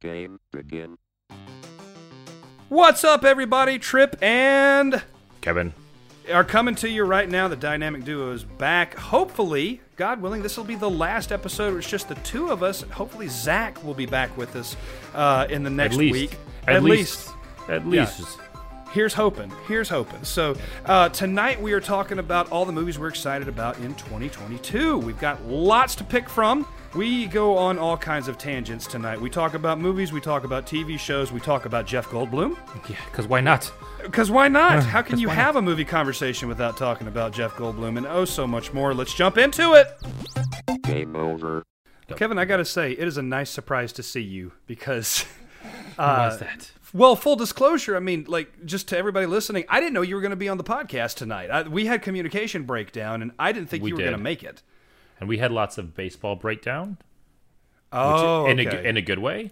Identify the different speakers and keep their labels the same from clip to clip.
Speaker 1: Game begin.
Speaker 2: What's up, everybody? Trip and
Speaker 3: Kevin.
Speaker 2: are coming to you right now. The Dynamic Duo is back. Hopefully, God willing, this will be the last episode. It's just the two of us. Hopefully, Zach will be back with us uh, in the next
Speaker 3: at least.
Speaker 2: week.
Speaker 3: At, least. At
Speaker 2: Yeah.
Speaker 3: least.
Speaker 2: Here's hoping. Here's hoping. So uh, tonight we are talking about all the movies we're excited about in 2022. We've got lots to pick from. We go on all kinds of tangents tonight. We talk about movies. We talk about TV shows. We talk about Jeff Goldblum.
Speaker 3: Yeah, because why not?
Speaker 2: Because why not? How can you have a movie conversation without talking about Jeff Goldblum and oh so much more? Let's jump into it.
Speaker 1: Game over.
Speaker 2: Kevin, I got to say, it is a nice surprise to see you because, uh,
Speaker 3: Why is that?
Speaker 2: well, full disclosure, I mean, like, just to everybody listening, I didn't know you were going to be on the podcast tonight. I, we had communication breakdown, and I didn't think
Speaker 3: We
Speaker 2: you were
Speaker 3: did.
Speaker 2: going to make it.
Speaker 3: And we had lots of baseball breakdown, which
Speaker 2: Oh,
Speaker 3: in, a,
Speaker 2: okay.
Speaker 3: g- in a good way.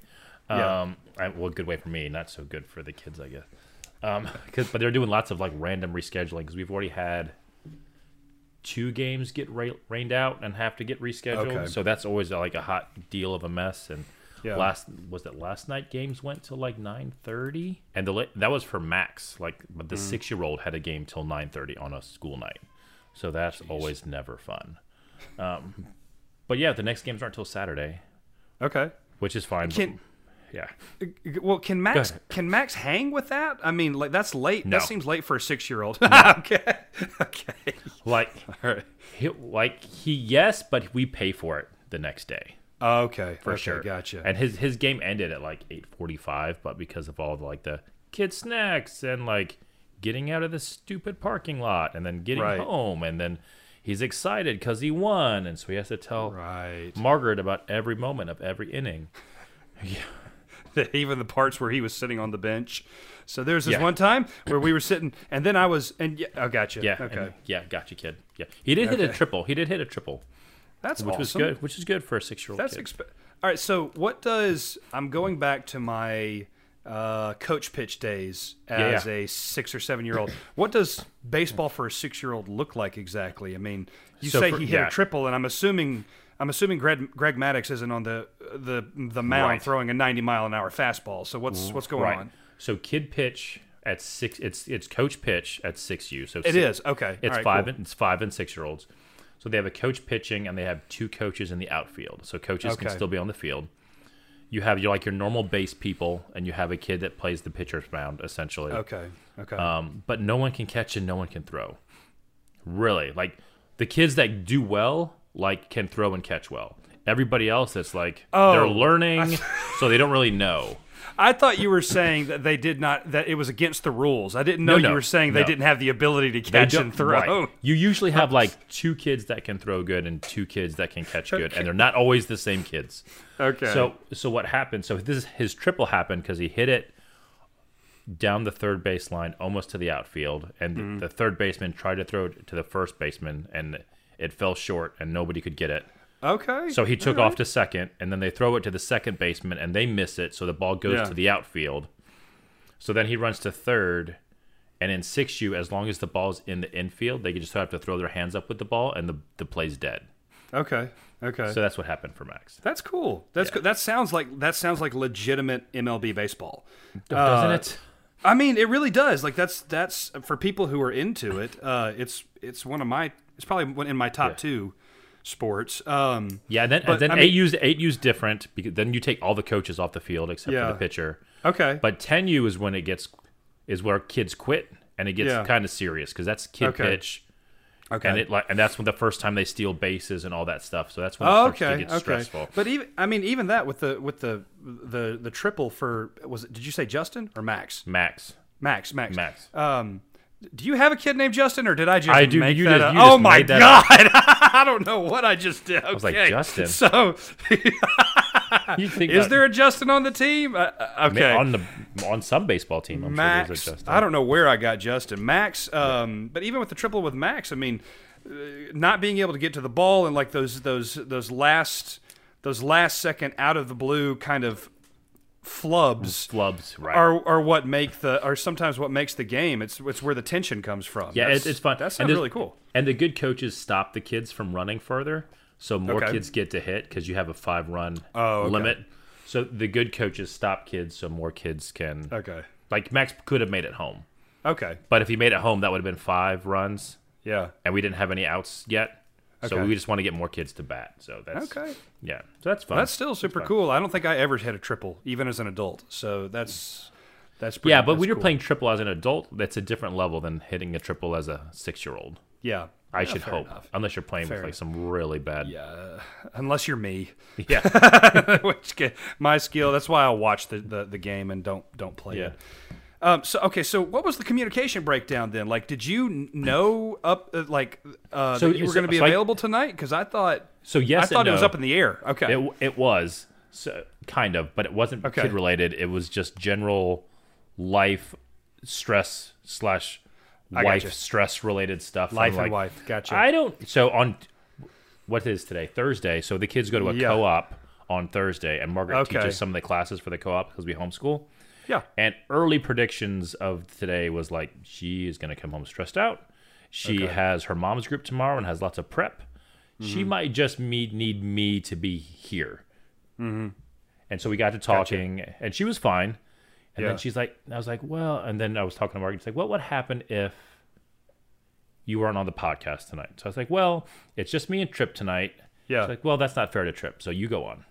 Speaker 2: Yeah.
Speaker 3: Um, I, well, good way for me, not so good for the kids, I guess. Um, 'cause- but they're doing lots of like random rescheduling because we've already had two games get ra- rained out and have to get rescheduled.
Speaker 2: Okay.
Speaker 3: So that's always uh, like a hot deal of a mess. And
Speaker 2: Yeah.
Speaker 3: last was that last night games went till like nine thirty, and the la- that was for Max. Like, but
Speaker 2: Mm.
Speaker 3: the six year old had a game till nine thirty on a school night. So that's always never fun. Um, but yeah, the next games aren't till Saturday,
Speaker 2: okay.
Speaker 3: which is fine. but-
Speaker 2: Can-
Speaker 3: yeah,
Speaker 2: Well, can Max
Speaker 3: ahead.
Speaker 2: can Max hang with that? I mean, like that's late.
Speaker 3: No.
Speaker 2: That seems late for a six year old. okay, okay.
Speaker 3: like
Speaker 2: All right.
Speaker 3: he, like he yes, but we pay for it the next day.
Speaker 2: Okay, for
Speaker 3: sure.
Speaker 2: Gotcha.
Speaker 3: And his his game ended at like eight forty five, but because of all the, like the kid snacks and like getting out of the stupid parking lot and then getting
Speaker 2: Right.
Speaker 3: home and then he's excited because he won and so he has to tell
Speaker 2: right.
Speaker 3: Margaret about every moment of every inning.
Speaker 2: even the parts where he was sitting on the bench. So there's this
Speaker 3: Yeah.
Speaker 2: one time where we were sitting, and then I was, and yeah, oh, gotcha.
Speaker 3: Yeah.
Speaker 2: okay,
Speaker 3: and- yeah. Gotcha, kid. Yeah. He did hit a
Speaker 2: Okay.
Speaker 3: triple. He did hit a triple,
Speaker 2: that's
Speaker 3: which was good. Which is good for a six year old.
Speaker 2: That's
Speaker 3: kid.
Speaker 2: exp- all right. So what does I'm going back to my uh, coach pitch days
Speaker 3: Yeah,
Speaker 2: as
Speaker 3: yeah.
Speaker 2: a six or seven year old? what does baseball for a six year old look like exactly? I mean, you
Speaker 3: So
Speaker 2: say
Speaker 3: for-
Speaker 2: he hit
Speaker 3: yeah.
Speaker 2: a triple, and I'm assuming. I'm assuming Greg, Greg Maddox isn't on the the the mound
Speaker 3: Right. Mm,
Speaker 2: throwing a 90 mile an hour fastball. So what's what's going
Speaker 3: right.
Speaker 2: on?
Speaker 3: So kid pitch at six. It's it's coach pitch at six U. So
Speaker 2: It
Speaker 3: six,
Speaker 2: is okay.
Speaker 3: It's
Speaker 2: All right,
Speaker 3: five.
Speaker 2: cool.
Speaker 3: And, it's five and six year olds. So they have a coach pitching, and they have two coaches in the outfield. So coaches
Speaker 2: Okay.
Speaker 3: can still be on the field. You have your like your normal base people, and you have a kid that plays the pitcher's mound essentially.
Speaker 2: Okay. Okay.
Speaker 3: Um, but no one can catch and no one can throw. Really, like the kids that do well, like can throw and catch well. Everybody else that's like they're
Speaker 2: Oh.
Speaker 3: learning, so they don't really know.
Speaker 2: I thought you were saying that they did not that it was against the rules. I didn't know
Speaker 3: no,
Speaker 2: you were saying they
Speaker 3: no.
Speaker 2: didn't have the ability to
Speaker 3: They
Speaker 2: catch
Speaker 3: don't-
Speaker 2: and throw.
Speaker 3: right. You usually have like two kids that can throw good and two kids that can catch good, and they're not always the same kids.
Speaker 2: Okay.
Speaker 3: So so what happened? So this is his triple happened because he hit it down the third baseline, almost to the outfield, and the third baseman tried to throw it to the first baseman, and it fell short, and nobody could get it.
Speaker 2: okay.
Speaker 3: So he took off to second, and then they throw it to the second baseman, and they miss it, so the ball goes
Speaker 2: Yeah.
Speaker 3: to the outfield. So then he runs to third, and in six U, as long as the ball's in the infield, they just have to throw their hands up with the ball, and the the play's dead.
Speaker 2: okay. Okay.
Speaker 3: So that's what happened for Max.
Speaker 2: that's cool. That's cool. that sounds like that sounds like legitimate MLB baseball.
Speaker 3: Doesn't
Speaker 2: Uh,
Speaker 3: it?
Speaker 2: I mean, it really does. Like that's that's for people who are into it. Uh, it's it's one of my it's probably one in my top two sports. Um,
Speaker 3: Yeah. Then
Speaker 2: But,
Speaker 3: and then
Speaker 2: I
Speaker 3: eight
Speaker 2: mean-
Speaker 3: U's eight U's different because then you take all the coaches off the field except
Speaker 2: Yeah.
Speaker 3: for the pitcher.
Speaker 2: okay.
Speaker 3: But ten U is when it gets is where kids quit and it gets
Speaker 2: Yeah.
Speaker 3: kind of serious because that's kid
Speaker 2: Okay.
Speaker 3: pitch.
Speaker 2: okay.
Speaker 3: and it like and that's when the first time they steal bases and all that stuff. So that's when it
Speaker 2: Oh,
Speaker 3: starts
Speaker 2: okay,
Speaker 3: to get
Speaker 2: okay.
Speaker 3: stressful.
Speaker 2: But even I mean, even that with the with the the the triple for was it? Did you say Justin or Max?
Speaker 3: Max,
Speaker 2: Max, Max,
Speaker 3: Max.
Speaker 2: Um, do you have a kid named Justin, or did I just
Speaker 3: I do.
Speaker 2: make
Speaker 3: You
Speaker 2: that
Speaker 3: just-
Speaker 2: up?
Speaker 3: you
Speaker 2: oh
Speaker 3: just
Speaker 2: my
Speaker 3: made that
Speaker 2: god!
Speaker 3: up.
Speaker 2: I don't know what I just did. Okay. I was
Speaker 3: like, Justin?
Speaker 2: So,
Speaker 3: you think
Speaker 2: Uh, is
Speaker 3: that-
Speaker 2: there a Justin on the team? Uh, uh,
Speaker 3: I mean,
Speaker 2: okay,
Speaker 3: on the on some baseball team? I'm
Speaker 2: Max. uh,
Speaker 3: sure there's a Justin.
Speaker 2: I don't know where I got Justin. Max. Um, but even with the triple with Max, I mean, uh, not being able to get to the ball and like those those those last those last second out of the blue kind of flubs
Speaker 3: Flubs, right?
Speaker 2: are are what make the are sometimes what makes the game. It's it's where the tension comes from.
Speaker 3: yeah,
Speaker 2: That's-
Speaker 3: it's, it's fun.
Speaker 2: That
Speaker 3: And
Speaker 2: sounds
Speaker 3: there's-
Speaker 2: really cool.
Speaker 3: And the good coaches stop the kids from running further, so more
Speaker 2: Okay.
Speaker 3: kids get to hit because you have a five run
Speaker 2: Oh, okay.
Speaker 3: limit. So the good coaches stop kids so more kids can.
Speaker 2: Okay.
Speaker 3: Like Max could have made it home,
Speaker 2: Okay.
Speaker 3: but if he made it home, that would have been five runs,
Speaker 2: Yeah.
Speaker 3: and we didn't have any outs yet. So
Speaker 2: Okay.
Speaker 3: we just want to get more kids to bat. So that's
Speaker 2: Okay.
Speaker 3: Yeah, so that's fun.
Speaker 2: That's still super cool. I don't think I ever hit a triple, even as an adult. So that's that's pretty,
Speaker 3: yeah, but
Speaker 2: that's
Speaker 3: when you're
Speaker 2: cool.
Speaker 3: playing triple as an adult, that's a different level than hitting a triple as a six-year-old.
Speaker 2: yeah,
Speaker 3: I
Speaker 2: Yeah,
Speaker 3: should
Speaker 2: fair
Speaker 3: hope,
Speaker 2: enough.
Speaker 3: unless you're playing
Speaker 2: Fair
Speaker 3: with like some really bad. Yeah,
Speaker 2: Unless you're me,
Speaker 3: yeah.
Speaker 2: which ca- my skill. That's why I watch the, the, the game and don't don't play
Speaker 3: Yeah.
Speaker 2: it. Um, so okay, so what was the communication breakdown then? Like, did you n- know up uh, like uh,
Speaker 3: So
Speaker 2: that you were
Speaker 3: is-
Speaker 2: going to be
Speaker 3: so I-
Speaker 2: available tonight? Because I thought
Speaker 3: So yes,
Speaker 2: I thought
Speaker 3: and
Speaker 2: it was
Speaker 3: no.
Speaker 2: up in the air. Okay,
Speaker 3: It it was so kind of, but it wasn't
Speaker 2: Okay.
Speaker 3: kid related. It was just general life stress slash
Speaker 2: gotcha.
Speaker 3: wife stress related stuff. I'm
Speaker 2: Life and
Speaker 3: like,
Speaker 2: wife. Gotcha.
Speaker 3: I don't. So on what is today Thursday? So the kids go to a
Speaker 2: Yeah.
Speaker 3: co-op on Thursday, and Margaret
Speaker 2: Okay.
Speaker 3: teaches some of the classes for the co-op because we homeschool.
Speaker 2: yeah,
Speaker 3: And early predictions of today was like she is going to come home stressed out. She has her mom's group tomorrow and has lots of prep.
Speaker 2: Mm-hmm.
Speaker 3: She might just me need me to be here.
Speaker 2: Mm-hmm.
Speaker 3: And so we got to talking, and she was fine. And
Speaker 2: Yeah.
Speaker 3: then she's like, I was like, well, and then I was talking to Margaret. She's like, what would happen if you weren't on the podcast tonight? So I was like, well, it's just me and Trip tonight.
Speaker 2: Yeah.
Speaker 3: She's like, well, that's not fair to Trip. So you go on.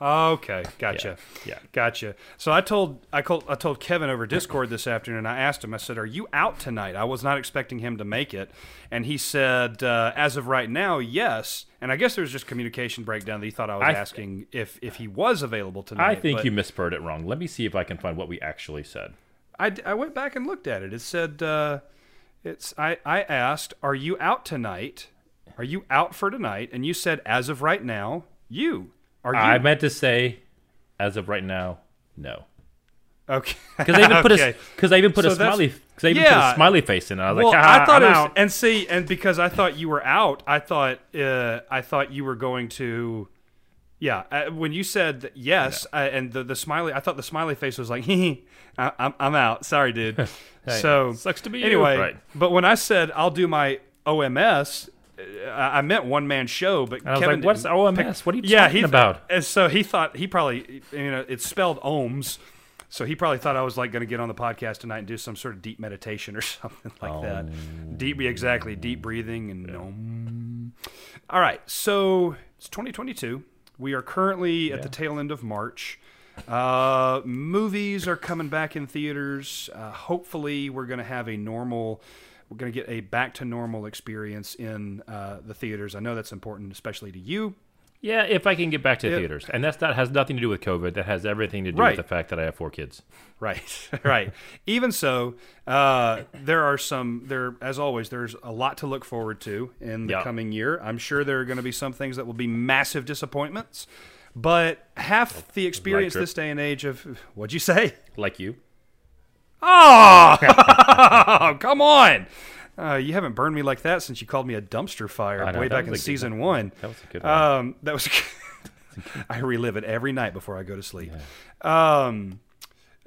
Speaker 2: Okay, gotcha.
Speaker 3: Yeah, yeah.
Speaker 2: gotcha. So I told I called I told Kevin over Discord this afternoon. I asked him. I said, "Are you out tonight?" I was not expecting him to make it, and he said, uh, "As of right now, yes." And I guess there was just communication breakdown that he thought I was
Speaker 3: I th-
Speaker 2: asking if if he was available tonight.
Speaker 3: I think
Speaker 2: but
Speaker 3: you misheard it wrong. Let me see if I can find what we actually said.
Speaker 2: I, d- I went back and looked at it. It said, uh, "It's." I I asked, "Are you out tonight? Are you out for tonight?" And you said, "As of right now, you are you."
Speaker 3: I meant to say, as of right now, no.
Speaker 2: okay.
Speaker 3: Because I even put
Speaker 2: Okay.
Speaker 3: a because I even put
Speaker 2: So
Speaker 3: a
Speaker 2: that's-
Speaker 3: smiley because I even put
Speaker 2: Yeah.
Speaker 3: a smiley face in. it. I was
Speaker 2: Well,
Speaker 3: like, "Ha,
Speaker 2: I thought
Speaker 3: I'm
Speaker 2: it was,
Speaker 3: out.
Speaker 2: "Ah, and see, and because I thought you were out, I thought uh, I thought you were going to, yeah. Uh, when you said that yes, uh, and the, the smiley, I thought the smiley face was like, "Hee, I- I'm I'm out. Sorry, dude." so
Speaker 3: sucks to be you.
Speaker 2: anyway.
Speaker 3: Right.
Speaker 2: But when I said I'll do my OMS, uh, I I meant one man show. But
Speaker 3: And I was
Speaker 2: Kevin
Speaker 3: like, "What's
Speaker 2: didn't
Speaker 3: OMS?
Speaker 2: pick-
Speaker 3: what are you
Speaker 2: yeah,
Speaker 3: talking
Speaker 2: he
Speaker 3: about?"
Speaker 2: And so he thought he probably you know it's spelled ohms, so he probably thought I was like going to get on the podcast tonight and do some sort of deep meditation or something like that. Deep, exactly, deep breathing and om. All right, so it's 2022. We are currently at the tail end of March. Uh, movies are coming back in theaters. Uh, hopefully, we're going to have a normal. We're going to get a back to normal experience in uh, the theaters. I know that's important, especially to you.
Speaker 3: Yeah, if I can get back to theaters, and that's not has nothing to do with COVID. That has everything to do
Speaker 2: Right.
Speaker 3: with the fact that I have four kids.
Speaker 2: Right, right. Even so, uh, there are some there as always. There's a lot to look forward to in the
Speaker 3: Yeah.
Speaker 2: coming year. I'm sure there are going to be some things that will be massive disappointments, but half the experience
Speaker 3: Like it.
Speaker 2: this day and age of what'd you say?
Speaker 3: Like you,
Speaker 2: Oh, come on! Uh, you haven't burned me like that since you called me a dumpster fire
Speaker 3: I know,
Speaker 2: way
Speaker 3: that
Speaker 2: back
Speaker 3: was
Speaker 2: in
Speaker 3: a good
Speaker 2: season one.
Speaker 3: that was a good. one.
Speaker 2: Um, that was. I relive it every night before I go to sleep. Um,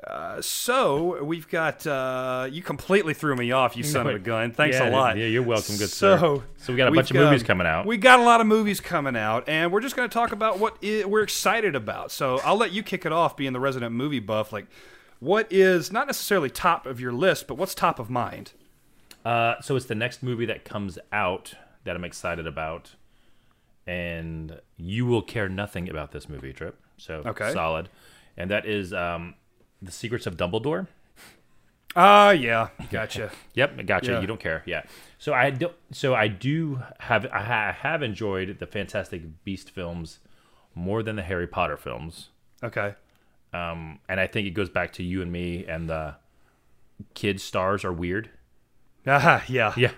Speaker 2: uh, so we've got uh, you completely threw me off, you son of a gun. Thanks a
Speaker 3: Yeah,
Speaker 2: lot.
Speaker 3: yeah, you're welcome, good
Speaker 2: so,
Speaker 3: sir. So we got a
Speaker 2: we've
Speaker 3: bunch of movies coming out.
Speaker 2: We got a lot of movies coming out, and we're just going to talk about what i we're excited about. So I'll let you kick it off, being the resident movie buff. Like, what is not necessarily top of your list, but what's top of mind?
Speaker 3: Uh, so it's the next movie that comes out that I'm excited about, and you will care nothing about this movie, Trip. So
Speaker 2: Okay.
Speaker 3: solid, and that is um, the Secrets of Dumbledore.
Speaker 2: Ah, yeah, gotcha.
Speaker 3: Yep, gotcha.
Speaker 2: Yeah.
Speaker 3: You don't care. Yeah. So I don't. So I do have. I ha- have enjoyed the Fantastic Beast films more than the Harry Potter films,
Speaker 2: okay,
Speaker 3: um, and I think it goes back to you and me and the kid stars are weird.
Speaker 2: ah, yeah,
Speaker 3: Yeah.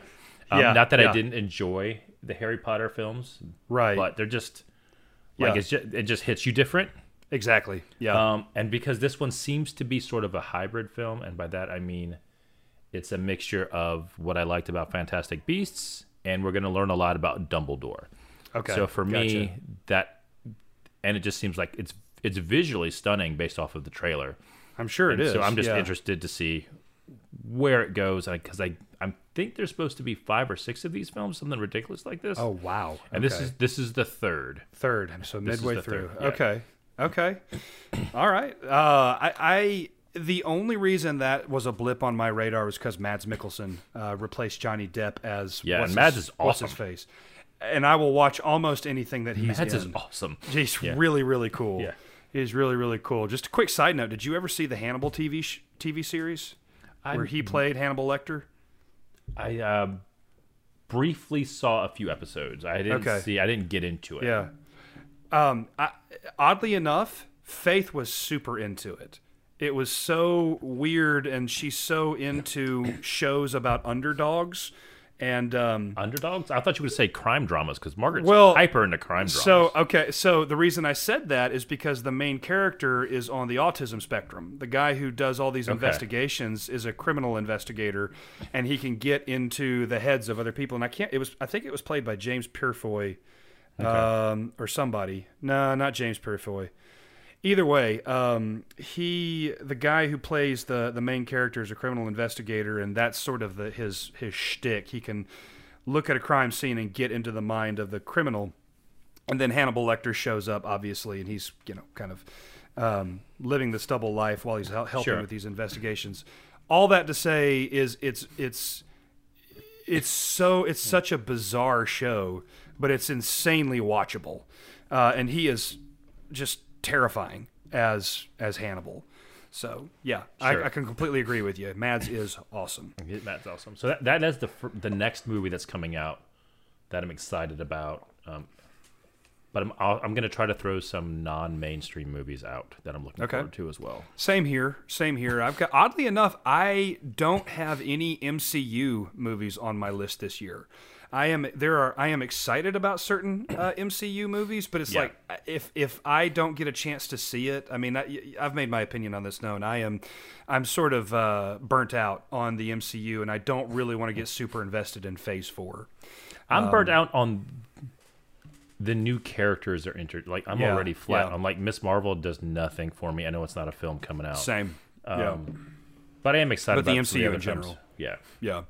Speaker 3: Um,
Speaker 2: Yeah,
Speaker 3: Not that
Speaker 2: yeah.
Speaker 3: I didn't enjoy the Harry Potter films,
Speaker 2: right,
Speaker 3: but they're just like
Speaker 2: Yeah.
Speaker 3: it's just, it just hits you different.
Speaker 2: exactly, yeah.
Speaker 3: Um, and because this one seems to be sort of a hybrid film, and by that I mean it's a mixture of what I liked about Fantastic Beasts, and we're going to learn a lot about Dumbledore.
Speaker 2: okay,
Speaker 3: so for
Speaker 2: gotcha.
Speaker 3: me, that and it just seems like it's it's visually stunning based off of the trailer.
Speaker 2: I'm sure it
Speaker 3: And
Speaker 2: is.
Speaker 3: So I'm just
Speaker 2: yeah.
Speaker 3: interested to see where it goes, because I I think there's supposed to be five or six of these films, something ridiculous like this.
Speaker 2: Oh wow!
Speaker 3: and this
Speaker 2: Okay.
Speaker 3: is this is the third.
Speaker 2: third. So
Speaker 3: This is
Speaker 2: midway
Speaker 3: the
Speaker 2: through.
Speaker 3: third, yeah.
Speaker 2: Okay. Okay. All right. Uh, I, I the only reason that was a blip on my radar was because Mads Mikkelsen uh, replaced Johnny Depp as
Speaker 3: Yeah,
Speaker 2: what's
Speaker 3: and Mads
Speaker 2: his,
Speaker 3: is
Speaker 2: what's his
Speaker 3: awesome.
Speaker 2: face, and I will watch almost anything that he's
Speaker 3: Mads
Speaker 2: in.
Speaker 3: is awesome.
Speaker 2: He's
Speaker 3: Yeah.
Speaker 2: really really cool.
Speaker 3: Yeah.
Speaker 2: He's really really cool. Just a quick side note: Did you ever see the Hannibal TV sh- TV series where
Speaker 3: I-
Speaker 2: he played Hannibal Lecter?
Speaker 3: I uh, briefly saw a few episodes. I didn't
Speaker 2: Okay.
Speaker 3: see. I didn't get into it.
Speaker 2: Yeah. Um, I, oddly enough, Faith was super into it. It was so weird, and she's so into shows about underdogs. And um,
Speaker 3: Underdogs. I thought you would say crime dramas because Margaret's
Speaker 2: Well,
Speaker 3: hyper into crime dramas.
Speaker 2: so, okay, so the reason I said that is because the main character is on the autism spectrum. The guy who does all these investigations is a criminal investigator, and he can get into the heads of other people. And I can't. It was. I think it was played by James Purefoy, um, or somebody. No, not James Purefoy. Either way, um, he the guy who plays the the main character is a criminal investigator, and that's sort of the his his shtick. He can look at a crime scene and get into the mind of the criminal. And then Hannibal Lecter shows up, obviously, and he's you know kind of um, living this double life while he's hel- helping
Speaker 3: Sure.
Speaker 2: with these investigations. All that to say is it's it's it's so it's such a bizarre show, but it's insanely watchable, uh, and he is just terrifying as as Hannibal. So yeah,
Speaker 3: Sure.
Speaker 2: I, I can completely agree with you. Mads is awesome.
Speaker 3: Yeah, That's awesome. So that, that is the fir- the next movie that's coming out that I'm excited about. Um, but I'm I'll, I'm gonna try to throw some non-mainstream movies out that I'm looking
Speaker 2: Okay.
Speaker 3: forward to as well.
Speaker 2: Same here, same here. I've got oddly enough, I don't have any MCU movies on my list this year. I am there are I am excited about certain uh, MCU movies, but it's
Speaker 3: Yeah.
Speaker 2: like if if I don't get a chance to see it, I mean I, I've made my opinion on this known. I am I'm sort of uh, burnt out on the MCU, and I don't really want to get super invested in Phase Four.
Speaker 3: I'm burnt out on Um, the new characters are entered. Like I'm
Speaker 2: Yeah,
Speaker 3: already flat.
Speaker 2: yeah.
Speaker 3: I'm like Miss Marvel does nothing for me. I know it's not a film coming out,
Speaker 2: Same, yeah.
Speaker 3: but I am excited
Speaker 2: But the
Speaker 3: about some of
Speaker 2: MCU
Speaker 3: other
Speaker 2: in
Speaker 3: films.
Speaker 2: general.
Speaker 3: Yeah,
Speaker 2: Yeah.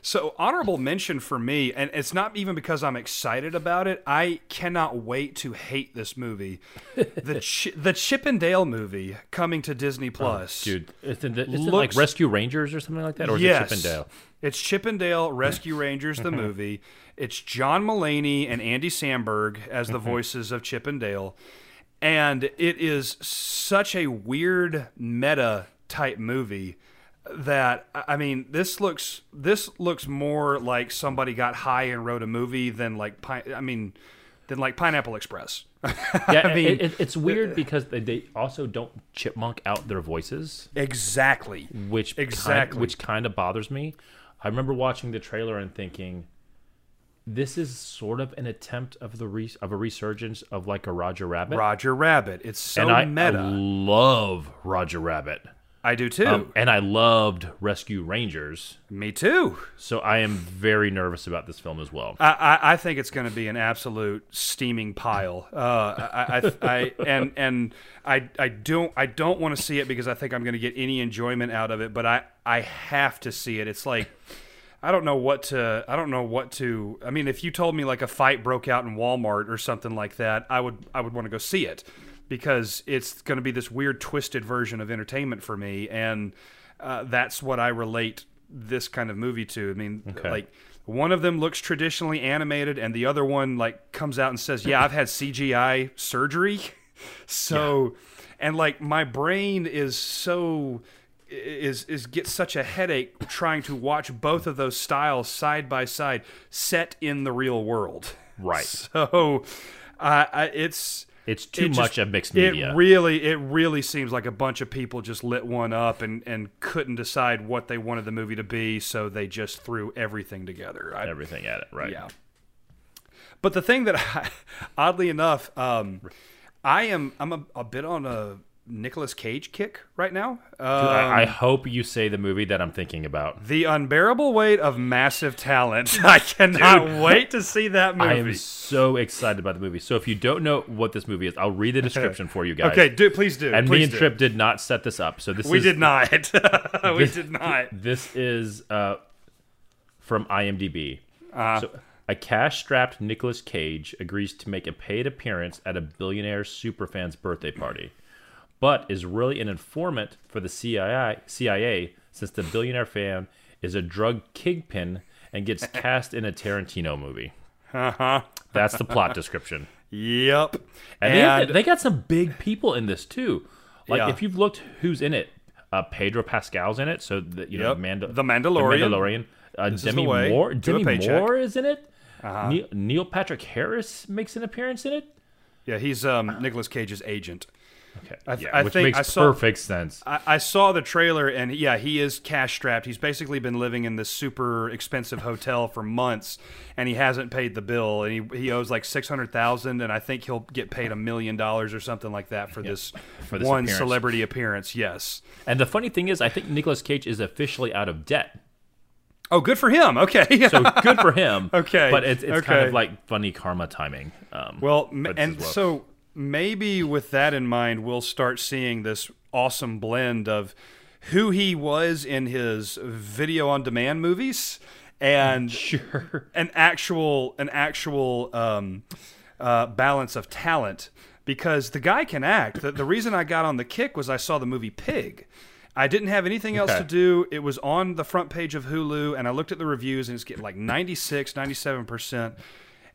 Speaker 2: So honorable mention for me, and it's not even because I'm excited about it. I cannot wait to hate this movie, the Ch- the Chip and Dale movie coming to Disney Plus.
Speaker 3: Oh, dude, isn't, it, isn't it like
Speaker 2: Looks-
Speaker 3: Rescue Rangers or something like that, or is
Speaker 2: yes,
Speaker 3: it Chip and Dale?
Speaker 2: It's Chip and Dale Rescue Rangers
Speaker 3: Mm-hmm.
Speaker 2: the movie. It's John Mulaney and Andy Samberg as
Speaker 3: Mm-hmm.
Speaker 2: the voices of Chip and Dale, and it is such a weird meta type movie that I I mean this looks this looks more like somebody got high and wrote a movie than like Pi- I mean than like Pineapple Express.
Speaker 3: Yeah,
Speaker 2: I
Speaker 3: I
Speaker 2: mean-
Speaker 3: mean, it, it- it's weird because they, they also don't chipmunk out their voices,
Speaker 2: exactly.
Speaker 3: which kind-
Speaker 2: Exactly.
Speaker 3: which kind of bothers me. I remember watching the trailer and thinking, this is sort of an attempt of the re- of a resurgence of like a Roger Rabbit,
Speaker 2: Roger Rabbit. It's so
Speaker 3: and I,
Speaker 2: meta.
Speaker 3: I love Roger Rabbit,
Speaker 2: I do too.
Speaker 3: Um, and I loved Rescue Rangers,
Speaker 2: Me too.
Speaker 3: so I am very nervous about this film as well.
Speaker 2: I, I I think it's going to be an absolute steaming pile. Uh, I, I, I and and I I don't I don't want to see it because I think I'm going to get any enjoyment out of it. But I I have to see it. It's like I don't know what to I don't know what to. I mean, if you told me like a fight broke out in Walmart or something like that, I would I would want to go see it because it's going to be this weird twisted version of entertainment for me, and uh, that's what I relate this kind of movie to. I mean, like one of them looks traditionally animated, and the other one like comes out and says, "Yeah, I've had CGI surgery," so and like my brain is so is is gets such a headache trying to watch both of those styles side by side set in the real world.
Speaker 3: Right.
Speaker 2: So uh, I- it's
Speaker 3: It's too
Speaker 2: it just-
Speaker 3: much of mixed media.
Speaker 2: It really, it really seems like a bunch of people just lit one up and and couldn't decide what they wanted the movie to be, so they just threw everything together. I,
Speaker 3: Everything at it, right?
Speaker 2: yeah. But the thing that I, oddly enough, um, I am I'm a, a bit on a Nicolas Cage kick right now. Uh,
Speaker 3: I, I hope you say the movie that I'm thinking about.
Speaker 2: the unbearable weight of massive talent. I cannot wait to see that movie.
Speaker 3: I am so excited about the movie. So if you don't know what this movie is, I'll read the description for you guys.
Speaker 2: okay, do please do.
Speaker 3: And
Speaker 2: please
Speaker 3: me and
Speaker 2: do.
Speaker 3: Trip did not set this up. So this
Speaker 2: we
Speaker 3: is,
Speaker 2: did not. we did not.
Speaker 3: This is uh, from IMDb. Uh, so A cash-strapped Nicolas Cage agrees to make a paid appearance at a billionaire superfan's birthday party, but is really an informant for the CIA, CIA since the billionaire fan is a drug kingpin and gets cast in a Tarantino movie. That's the plot description.
Speaker 2: Uh-huh. Yep.
Speaker 3: And, they, have- they got some big people in this too. Like
Speaker 2: Yeah.
Speaker 3: if you've looked who's in it, uh, Pedro Pascal's in it. So the, you know
Speaker 2: Yep.
Speaker 3: Manda-
Speaker 2: The Mandalorian.
Speaker 3: The Mandalorian. Uh,
Speaker 2: is
Speaker 3: Demi
Speaker 2: the way.
Speaker 3: Moore.
Speaker 2: Do a
Speaker 3: Demi
Speaker 2: paycheck. Uh-huh.
Speaker 3: Moore is in it. Neil, Neil Patrick Harris makes an appearance in it.
Speaker 2: yeah, he's um, Nicolas Cage's agent.
Speaker 3: Okay,
Speaker 2: I th-
Speaker 3: yeah,
Speaker 2: I
Speaker 3: which
Speaker 2: think
Speaker 3: makes
Speaker 2: I saw-
Speaker 3: perfect sense.
Speaker 2: I, I saw the trailer, and yeah, he is cash strapped. He's basically been living in this super expensive hotel for months, and he hasn't paid the bill, and he, he owes like six hundred thousand, and I think he'll get paid a million dollars or something like that for this
Speaker 3: For this
Speaker 2: one
Speaker 3: appearance.
Speaker 2: celebrity appearance. Yes.
Speaker 3: And the funny thing is, I think Nicolas Cage is officially out of debt.
Speaker 2: Oh, good for him. Okay.
Speaker 3: So good for him.
Speaker 2: Okay,
Speaker 3: but it's, it's kind
Speaker 2: okay.
Speaker 3: of like funny karma timing. Um,
Speaker 2: Well, m-
Speaker 3: but this
Speaker 2: and
Speaker 3: is rough.
Speaker 2: so maybe with that in mind, we'll start seeing this awesome blend of who he was in his video on demand movies and
Speaker 3: sure.
Speaker 2: an actual an actual um, uh, balance of talent because the guy can act. The, the reason I got on the kick was I saw the movie Pig. I didn't have anything else
Speaker 3: Okay.
Speaker 2: to do. It was on the front page of Hulu, and I looked at the reviews, and it's getting like 96, 97%.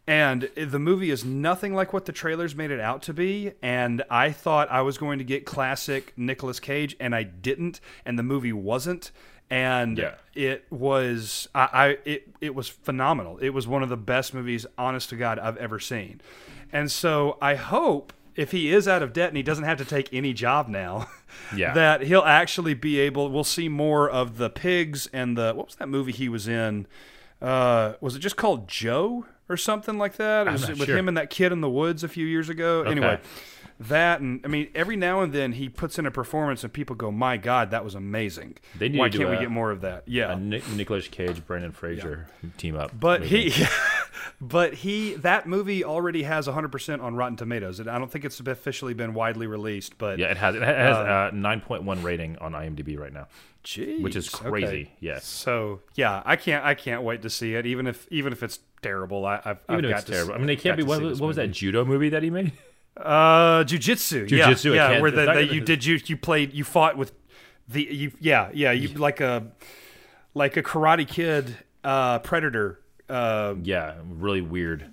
Speaker 2: And the movie is nothing like what the trailers made it out to be. And I thought I was going to get classic Nicolas Cage, and I didn't. And the movie wasn't. And
Speaker 3: Yeah.
Speaker 2: it was I, I it it was phenomenal. It was one of the best movies, honest to God, I've ever seen. And so I hope if he is out of debt and he doesn't have to take any job now,
Speaker 3: Yeah.
Speaker 2: that he'll actually be able. We'll see more of the pigs and the what was that movie he was in? Uh, was it just called Joe or something like that? It was
Speaker 3: not
Speaker 2: with
Speaker 3: sure.
Speaker 2: him and that kid in the woods a few years ago. Anyway. That and I mean, every now and then he puts in a performance and people go, "My God, that was amazing!"
Speaker 3: They need
Speaker 2: Why
Speaker 3: to do
Speaker 2: can't we
Speaker 3: a-
Speaker 2: get more of that? Yeah,
Speaker 3: A Nic- Nicolas Cage, Brandon Fraser team up.
Speaker 2: but
Speaker 3: movie.
Speaker 2: he, but he, that movie already has 100% on Rotten Tomatoes. And I don't think it's officially been widely released, but
Speaker 3: Yeah, it has it has uh, nine point one rating on IMDb right now, which is
Speaker 2: Jeez, okay.
Speaker 3: crazy. Yes,
Speaker 2: So yeah, I can't, I can't wait to see it. Even if, even if it's terrible, I, I've, I've
Speaker 3: even if
Speaker 2: got
Speaker 3: it's
Speaker 2: to
Speaker 3: terrible.
Speaker 2: See,
Speaker 3: I mean, it can't
Speaker 2: got
Speaker 3: be.
Speaker 2: to
Speaker 3: What,
Speaker 2: see this
Speaker 3: what was that
Speaker 2: movie.
Speaker 3: judo movie that he made?
Speaker 2: Uh, jujitsu.
Speaker 3: Jujitsu, I
Speaker 2: Yeah, yeah
Speaker 3: can't-
Speaker 2: where the,
Speaker 3: it's not
Speaker 2: that
Speaker 3: gonna-
Speaker 2: you did you you played you fought with the you yeah yeah you like a like a Karate Kid uh, Predator. Uh,
Speaker 3: yeah, really weird.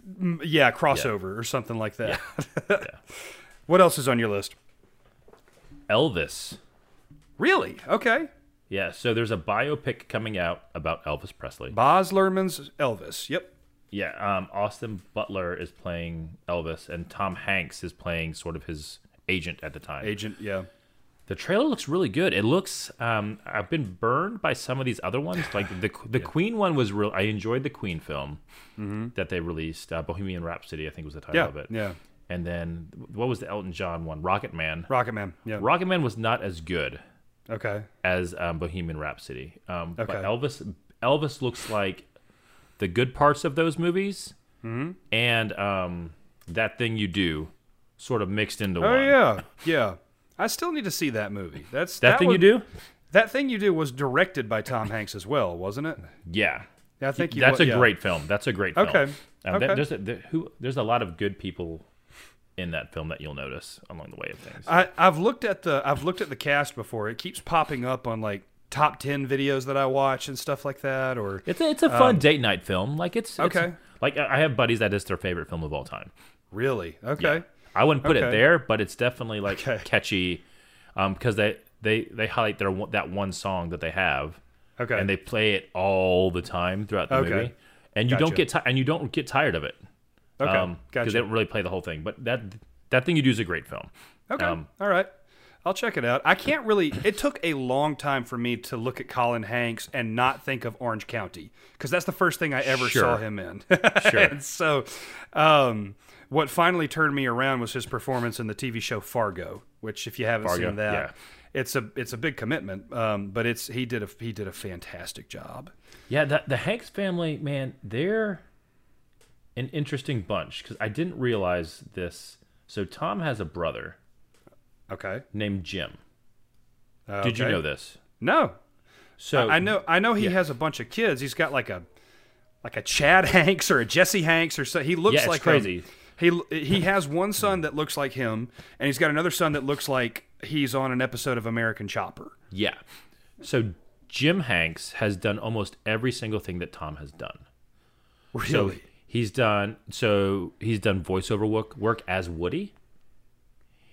Speaker 2: yeah, crossover or something like that. what else is on your list?
Speaker 3: Elvis.
Speaker 2: Really? Okay.
Speaker 3: Yeah, so there's a biopic coming out about Elvis Presley.
Speaker 2: Boz Lerman's Elvis. Yep.
Speaker 3: Yeah, um, Austin Butler is playing Elvis, and Tom Hanks is playing sort of his agent at the time.
Speaker 2: Agent. Yeah.
Speaker 3: The trailer looks really good. It looks. Um, I've been burned by some of these other ones. Like the the Queen one was real. I enjoyed the Queen film that they released. Uh, Bohemian Rhapsody, I think, was the title
Speaker 2: Mm-hmm. Yeah.
Speaker 3: of it.
Speaker 2: Yeah.
Speaker 3: And then what was the Elton John one? Rocket Man.
Speaker 2: Rocket Man. Yeah.
Speaker 3: Rocket Man was not as good
Speaker 2: okay.
Speaker 3: as um, Bohemian Rhapsody. Um,
Speaker 2: Okay.
Speaker 3: But Elvis Elvis looks like the good parts of those movies
Speaker 2: Mm-hmm.
Speaker 3: and um, that thing you do, sort of mixed into one.
Speaker 2: Oh yeah. Yeah. I still need to see that movie. That's
Speaker 3: That, thing
Speaker 2: was-
Speaker 3: you do.
Speaker 2: That thing you do was directed by Tom Hanks as well, wasn't it?
Speaker 3: Yeah.
Speaker 2: Yeah, I think he
Speaker 3: that's
Speaker 2: wa-
Speaker 3: a
Speaker 2: yeah.
Speaker 3: great film. That's a great film.
Speaker 2: Okay.
Speaker 3: Um, there-
Speaker 2: Okay.
Speaker 3: there's a, there- who, there's a lot of good people in that film that you'll notice along the way of things.
Speaker 2: I, I've looked at the I've looked at the cast before. It keeps popping up on like top ten videos that I watch and stuff like that. Or
Speaker 3: It's a, it's a fun date night film. Like it's it's-
Speaker 2: um, okay.
Speaker 3: like I I have buddies that is their favorite film of all time.
Speaker 2: really? Okay.
Speaker 3: I wouldn't put it
Speaker 2: Okay.
Speaker 3: there, but it's definitely like
Speaker 2: Okay.
Speaker 3: catchy because they they they highlight their one- that one song that they have,
Speaker 2: Okay.
Speaker 3: and they play it all the time throughout the
Speaker 2: Okay.
Speaker 3: movie, and you don't
Speaker 2: Gotcha.
Speaker 3: get ti- and you don't get tired of it.
Speaker 2: okay.
Speaker 3: Because
Speaker 2: gotcha.
Speaker 3: Um, they don't really play the whole thing, but that that thing you do is a great film.
Speaker 2: Okay.
Speaker 3: Um,
Speaker 2: All right. I'll check it out. I can't really. It took a long time for me to look at Colin Hanks and not think of Orange County because that's the first thing I ever
Speaker 3: Sure.
Speaker 2: saw him in.
Speaker 3: Sure.
Speaker 2: And so, um, what finally turned me around was his performance in the TV show Fargo, which if you haven't
Speaker 3: Fargo,
Speaker 2: seen that,
Speaker 3: yeah.
Speaker 2: it's a it's a big commitment. Um, but it's he did a he did a fantastic job.
Speaker 3: Yeah, the, the Hanks family, man, they're an interesting bunch because I didn't realize this. So Tom has a brother
Speaker 2: Okay.
Speaker 3: named Jim. Did you
Speaker 2: Okay.
Speaker 3: know this?
Speaker 2: No,
Speaker 3: So
Speaker 2: I know I know he has a bunch of kids. He's got like a like a Chad Hanks or a Jesse Hanks or so. He looks
Speaker 3: Yeah, it's
Speaker 2: like
Speaker 3: crazy.
Speaker 2: him. He he has one son that looks like him, and he's got another son that looks like he's on an episode of American Chopper.
Speaker 3: Yeah. So Jim Hanks has done almost every single thing that Tom has done. So
Speaker 2: Really?
Speaker 3: he's done so he's done voiceover work work as Woody.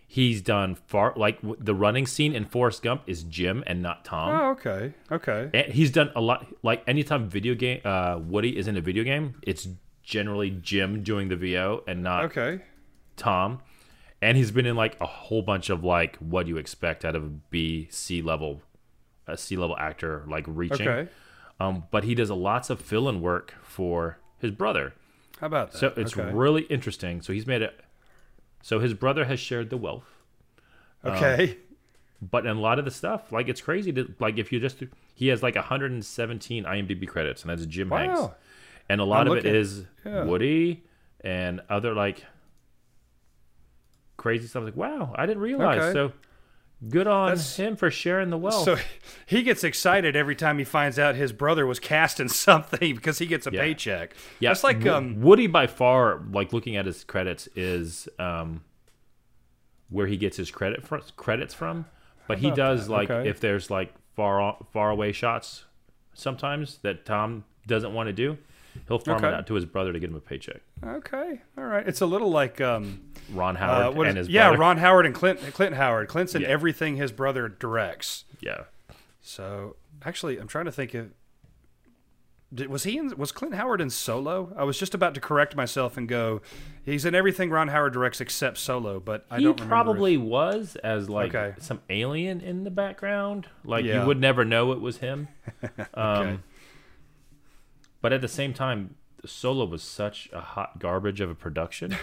Speaker 3: He's done far like w- the running scene in Forrest Gump is Jim and not Tom.
Speaker 2: oh, okay, okay.
Speaker 3: And Eh, he's done a lot like anytime video game uh Woody is in a video game, it's generally Jim doing the VO and not
Speaker 2: Okay.
Speaker 3: Tom. And he's been in like a whole bunch of like what you expect out of a B C level a C level actor like reaching.
Speaker 2: Okay.
Speaker 3: Um, but he does a lots of fill in work for his brother.
Speaker 2: How about that?
Speaker 3: So it's
Speaker 2: okay.
Speaker 3: really interesting. So he's made it so his brother has shared the wealth. um,
Speaker 2: okay.
Speaker 3: But in a lot of the stuff, like it's crazy to like if you just he has like 117 IMDb credits, and that's Jim Hanks.
Speaker 2: Wow.
Speaker 3: And a lot
Speaker 2: I'm
Speaker 3: of it
Speaker 2: looking-
Speaker 3: is Woody and other like crazy stuff. Like wow, I didn't realize.
Speaker 2: Okay.
Speaker 3: So good on
Speaker 2: That's-
Speaker 3: him for sharing the wealth.
Speaker 2: So he gets excited every time he finds out his brother was cast in something because he gets a paycheck.
Speaker 3: Yeah,
Speaker 2: That's like
Speaker 3: Wo-
Speaker 2: um
Speaker 3: Woody by far. Like looking at his credits is um, where he gets his credit fr- credits from. But he does like
Speaker 2: Okay.
Speaker 3: if there's like far o- far away shots sometimes that Tom doesn't want to do, he'll farm it
Speaker 2: Okay.
Speaker 3: out to his brother to get him a paycheck.
Speaker 2: okay, all right. It's a little like um
Speaker 3: Ron
Speaker 2: uh,
Speaker 3: Howard
Speaker 2: what
Speaker 3: and
Speaker 2: is-
Speaker 3: his
Speaker 2: yeah,
Speaker 3: brother.
Speaker 2: Ron Howard and Clint Clint Howard. Clint's in
Speaker 3: Yeah.
Speaker 2: everything his brother directs.
Speaker 3: yeah.
Speaker 2: So actually, I'm trying to think of. Did, was he in? Was Clint Howard in Solo? I was just about to correct myself and go, he's in everything Ron Howard directs except Solo. But I
Speaker 3: He
Speaker 2: don't remember if-
Speaker 3: probably was as like
Speaker 2: Okay.
Speaker 3: some alien in the background. Like
Speaker 2: Yeah.
Speaker 3: you would never know it was him. Um, But at the same time, Solo was such a hot garbage of a production.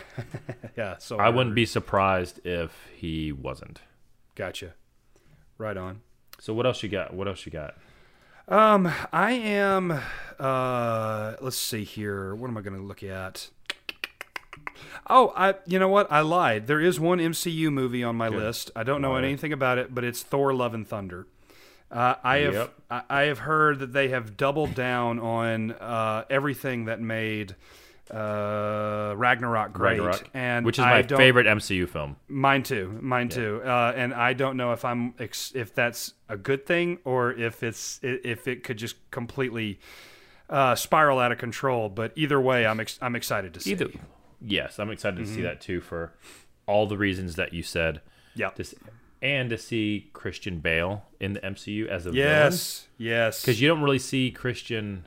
Speaker 2: yeah. So
Speaker 3: I wouldn't be surprised if he wasn't.
Speaker 2: Gotcha. Right on.
Speaker 3: So what else you got? What else you got?
Speaker 2: Um, I am. Uh, let's see here. What am I going to look at? Oh, I. You know what? I lied. There is one MCU movie on my list. I don't know anything about it, but it's Thor: Love and Thunder. Uh, I have
Speaker 3: Yep.
Speaker 2: I, I have heard that they have doubled down on uh, everything that made uh, Ragnarok great,
Speaker 3: Ragnarok,
Speaker 2: and
Speaker 3: which is
Speaker 2: I
Speaker 3: my
Speaker 2: don't-
Speaker 3: favorite MCU film.
Speaker 2: Mine too. Mine too. Uh, and I don't know if I'm ex- if that's a good thing or if it's i- if it could just completely uh, spiral out of control. But either way, I'm ex- I'm excited to see.
Speaker 3: Either, yes, I'm excited to
Speaker 2: Mm-hmm.
Speaker 3: see that too for all the reasons that you said.
Speaker 2: Yeah.
Speaker 3: This and to see Christian Bale in the MCU as a villain.
Speaker 2: Yes. Yes.
Speaker 3: because you don't really see Christian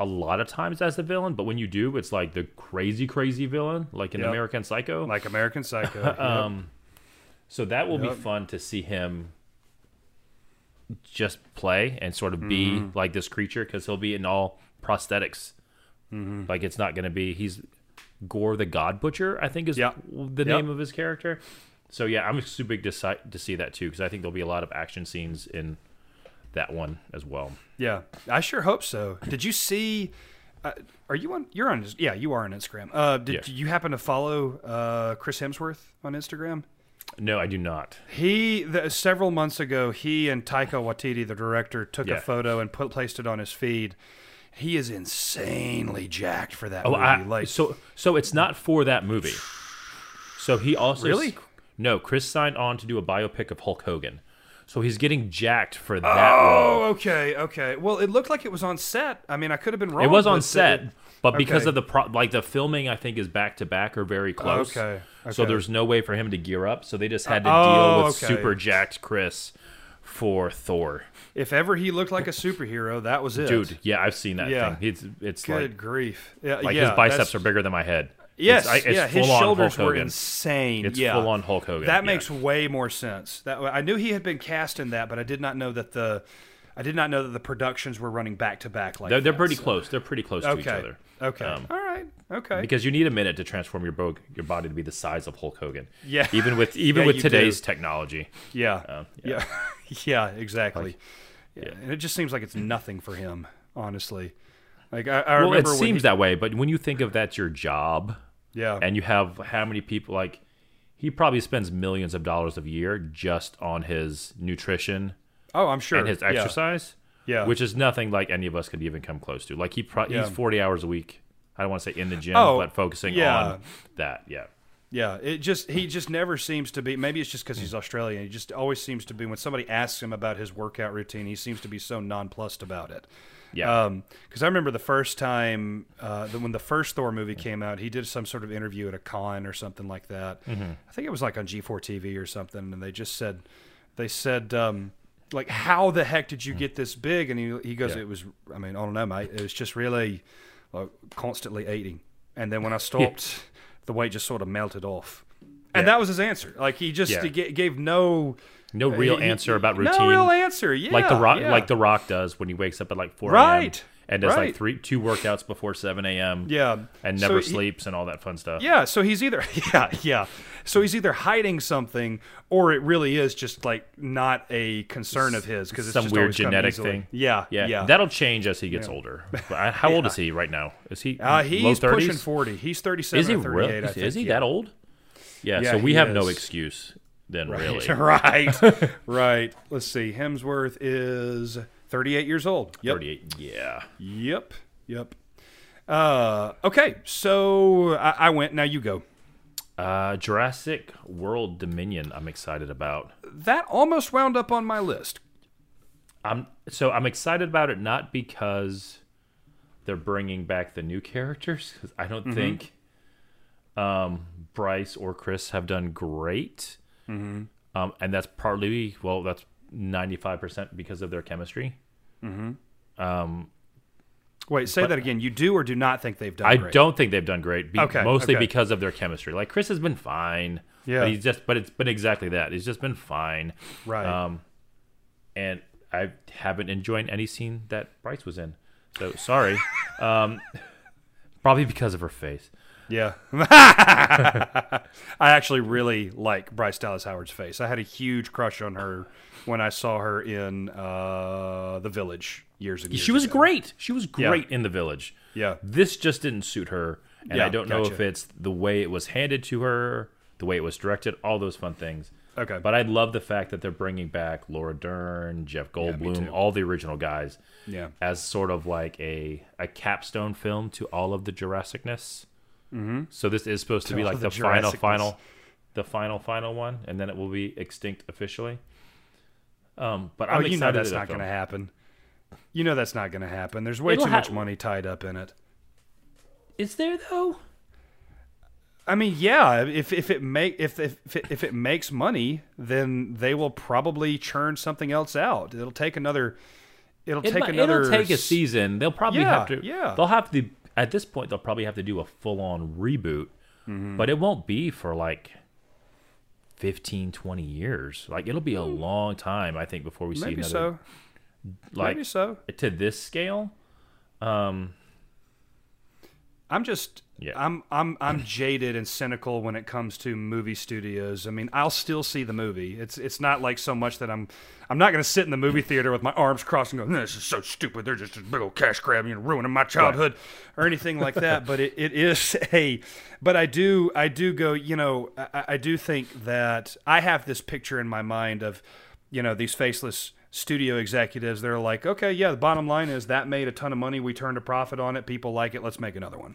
Speaker 3: a lot of times as the villain, but when you do, it's like the crazy, crazy villain, like in
Speaker 2: Yep.
Speaker 3: American Psycho.
Speaker 2: like American Psycho. Yep.
Speaker 3: Um, so that will
Speaker 2: Yep.
Speaker 3: be fun to see him just play and sort of be
Speaker 2: Mm-hmm.
Speaker 3: like this creature because he'll be in all prosthetics.
Speaker 2: Mm-hmm.
Speaker 3: Like it's not going to be he's Gore the God Butcher, I think is
Speaker 2: Yep.
Speaker 3: the
Speaker 2: Yep.
Speaker 3: name of his character. So yeah, I'm super big to, si- to see that too because I think there'll be a lot of action scenes in that one as well.
Speaker 2: Yeah, I sure hope so. Did you see? Uh, are you on? You're on. Yeah, you are on Instagram. Uh, did
Speaker 3: Yeah.
Speaker 2: you happen to follow uh, Chris Hemsworth on Instagram?
Speaker 3: No, I do not.
Speaker 2: He the, several months ago, he and Taika Waititi, the director, took
Speaker 3: Yeah.
Speaker 2: a photo and put placed it on his feed. He is insanely jacked for that
Speaker 3: Oh,
Speaker 2: movie.
Speaker 3: I,
Speaker 2: like
Speaker 3: so so it's not for that movie. So he also
Speaker 2: Really?
Speaker 3: no. Chris signed on to do a biopic of Hulk Hogan, so he's getting jacked for that.
Speaker 2: Oh,
Speaker 3: role.
Speaker 2: okay, okay. Well, it looked like it was on set. I mean, I could have been wrong.
Speaker 3: it was on
Speaker 2: but
Speaker 3: set, but because
Speaker 2: okay.
Speaker 3: of the pro, like the filming, I think is back to back or very close.
Speaker 2: Okay,
Speaker 3: So
Speaker 2: okay.
Speaker 3: there's no way for him to gear up. So they just had to
Speaker 2: oh,
Speaker 3: deal with
Speaker 2: okay.
Speaker 3: super jacked Chris for Thor.
Speaker 2: If ever he looked like a superhero, that was it,
Speaker 3: Dude, yeah, I've seen that
Speaker 2: Yeah.
Speaker 3: thing. It's it's
Speaker 2: Good
Speaker 3: like
Speaker 2: grief. Yeah,
Speaker 3: like
Speaker 2: yeah,
Speaker 3: his biceps
Speaker 2: that's-
Speaker 3: are bigger than my head.
Speaker 2: Yes,
Speaker 3: it's, I- it's
Speaker 2: yeah, his
Speaker 3: full-on Hulk
Speaker 2: shoulders were
Speaker 3: Hogan.
Speaker 2: insane.
Speaker 3: It's
Speaker 2: yeah.
Speaker 3: full-on Hulk Hogan,
Speaker 2: That
Speaker 3: yeah.
Speaker 2: makes way more sense. That I knew he had been cast in that, but I did not know that the I did not know that the productions were running back to back like
Speaker 3: They're, they're
Speaker 2: that,
Speaker 3: pretty
Speaker 2: so-
Speaker 3: close. They're pretty close to
Speaker 2: Okay.
Speaker 3: each other.
Speaker 2: Okay.
Speaker 3: Um,
Speaker 2: All right. Okay.
Speaker 3: because you need a minute to transform your bo- your body to be the size of Hulk Hogan.
Speaker 2: Yeah.
Speaker 3: even with even
Speaker 2: Yeah,
Speaker 3: with
Speaker 2: you do.
Speaker 3: today's technology.
Speaker 2: yeah.
Speaker 3: Oh, yeah.
Speaker 2: yeah. Yeah. exactly. yeah. And it just seems like it's nothing for him, honestly. Like I, I
Speaker 3: Well, it
Speaker 2: remember when
Speaker 3: seems
Speaker 2: he-
Speaker 3: that way, but when you think of that's your job,
Speaker 2: yeah.
Speaker 3: and you have how many people like he probably spends millions of dollars a year just on his nutrition
Speaker 2: oh, I'm sure.
Speaker 3: and his
Speaker 2: Yeah.
Speaker 3: exercise.
Speaker 2: Yeah.
Speaker 3: which is nothing like any of us could even come close to. Like he pro-
Speaker 2: Yeah.
Speaker 3: he's forty hours a week. I don't want to say in the gym,
Speaker 2: Oh,
Speaker 3: but focusing
Speaker 2: yeah.
Speaker 3: on that. Yeah,
Speaker 2: Yeah, it just he just never seems to be. Maybe it's just because he's Australian. He just always seems to be when somebody asks him about his workout routine, he seems to be so nonplussed about it. Uh,
Speaker 3: yeah.
Speaker 2: because Um, I remember the first time uh, the, when the first Thor movie came out, he did some sort of interview at a con or something like that.
Speaker 3: Mm-hmm.
Speaker 2: I think it was like on G4 TV or something, and they just said, they said, um, like, how the heck did you get this big? And he, he goes,
Speaker 3: Mm. Yeah.
Speaker 2: it was, I mean, I don't know, mate. It was just really like, constantly eating, and then when I stopped, the weight just sort of melted off. And
Speaker 3: Yeah.
Speaker 2: that was his answer. Like he just
Speaker 3: Yeah.
Speaker 2: he ga- gave no
Speaker 3: no real
Speaker 2: Uh, he- he-
Speaker 3: answer about routine.
Speaker 2: no real answer. Yeah,
Speaker 3: like the rock,
Speaker 2: yeah.
Speaker 3: like the rock does when he wakes up at like four
Speaker 2: Right,
Speaker 3: a.m. and does
Speaker 2: right.
Speaker 3: like three two workouts before seven a.m.
Speaker 2: yeah,
Speaker 3: and
Speaker 2: So
Speaker 3: never
Speaker 2: he-
Speaker 3: sleeps and all that fun stuff.
Speaker 2: Yeah, so he's either yeah, yeah. So he's either hiding something or it really is just like not a concern of his because it's
Speaker 3: Some
Speaker 2: just
Speaker 3: weird
Speaker 2: always come
Speaker 3: genetic
Speaker 2: easily.
Speaker 3: thing.
Speaker 2: Yeah,
Speaker 3: Yeah,
Speaker 2: yeah.
Speaker 3: that'll change as he gets older. But I- how old is he right now? Is he
Speaker 2: uh,
Speaker 3: low
Speaker 2: he's
Speaker 3: 30s?
Speaker 2: pushing forty. He's thirty-seven.
Speaker 3: Is he
Speaker 2: or 38,
Speaker 3: really?
Speaker 2: I
Speaker 3: Is,
Speaker 2: think,
Speaker 3: is he
Speaker 2: yeah.
Speaker 3: that old? Yeah.
Speaker 2: Yeah,
Speaker 3: so we
Speaker 2: he
Speaker 3: have no
Speaker 2: is.
Speaker 3: excuse then, really.
Speaker 2: right, right. Let's see. Hemsworth is thirty-eight years old. Yep.
Speaker 3: Thirty-eight. Yeah.
Speaker 2: Yep. Yep. Uh, okay, so I, I went. Now you go.
Speaker 3: Uh, Jurassic World Dominion. I'm excited about.
Speaker 2: That almost wound up on my list.
Speaker 3: I'm so I'm excited about it not because they're bringing back the new characters. 'cause I
Speaker 2: Mm-hmm.
Speaker 3: don't think um, Bryce or Chris have done great, mm-hmm. um, and that's partly well, that's ninety five percent because of their chemistry.
Speaker 2: Wait, say that again. You do or do not think they've done?
Speaker 3: I
Speaker 2: great?
Speaker 3: don't think they've done great, be-
Speaker 2: Okay,
Speaker 3: mostly
Speaker 2: okay.
Speaker 3: because of their chemistry. Like Chris has been fine,
Speaker 2: Yeah.
Speaker 3: But he's just, but it's been exactly that. He's just been fine,
Speaker 2: Right.
Speaker 3: Um, and I haven't enjoyed any scene that Bryce was in. So sorry. um, probably because of her face.
Speaker 2: Yeah. I actually really like Bryce Dallas Howard's face. I had a huge crush on her when I saw her in uh, The Village years ago.
Speaker 3: She was great. She was great in the village.
Speaker 2: Yeah.
Speaker 3: This just didn't suit her, and
Speaker 2: Yeah,
Speaker 3: I don't know
Speaker 2: gotcha.
Speaker 3: if it's the way it was handed to her, the way it was directed, all those fun things.
Speaker 2: Okay.
Speaker 3: But I love the fact that they're bringing back Laura Dern, Jeff Goldblum, all the original guys
Speaker 2: Yeah.
Speaker 3: as sort of like a, a capstone film to all of the Jurassicness. Mm-hmm. So this is supposed to, be
Speaker 2: all
Speaker 3: like
Speaker 2: the
Speaker 3: the, final,
Speaker 2: Jurassicness.
Speaker 3: final, the final, final one, and then it will be extinct officially. Um, but
Speaker 2: Oh,
Speaker 3: I'm
Speaker 2: you
Speaker 3: excited
Speaker 2: know that's
Speaker 3: that
Speaker 2: not
Speaker 3: film-
Speaker 2: going to happen. You know that's not going to happen. There's way
Speaker 3: It'll
Speaker 2: too
Speaker 3: ha-
Speaker 2: much money tied up in it.
Speaker 3: Is there though?
Speaker 2: I mean, yeah. If, if it make if, if if it- if it makes money, then they will probably churn something else out. It'll take another. It'll
Speaker 3: It
Speaker 2: take
Speaker 3: might-
Speaker 2: another.
Speaker 3: It'll take a
Speaker 2: s-
Speaker 3: season. They'll probably
Speaker 2: Yeah,
Speaker 3: have to.
Speaker 2: yeah.
Speaker 3: They'll have to. At this point, they'll probably have to do a full-on reboot,
Speaker 2: Mm-hmm.
Speaker 3: but it won't be for like 15, 20 years. Like it'll be a long time, I think, before we see
Speaker 2: Hmm. Maybe
Speaker 3: another.
Speaker 2: so.
Speaker 3: Like
Speaker 2: maybe so.
Speaker 3: to this scale,
Speaker 2: I'm just
Speaker 3: Yeah.
Speaker 2: I'm I'm I'm jaded and cynical when it comes to movie studios. I mean, I'll still see the movie. It's it's not like so much that I'm I'm not going to sit in the movie theater with my arms crossed and go, "This is so stupid. They're just a big old cash grab, you know, ruining my childhood," or anything like that. but it, it is a, but I do I do go. You know, I, I- I do think that I have this picture in my mind of, you know, these faceless studio executives. They're like, okay, yeah. The bottom line is that made a ton of money. We turned a profit on it. People like it. Let's make another one.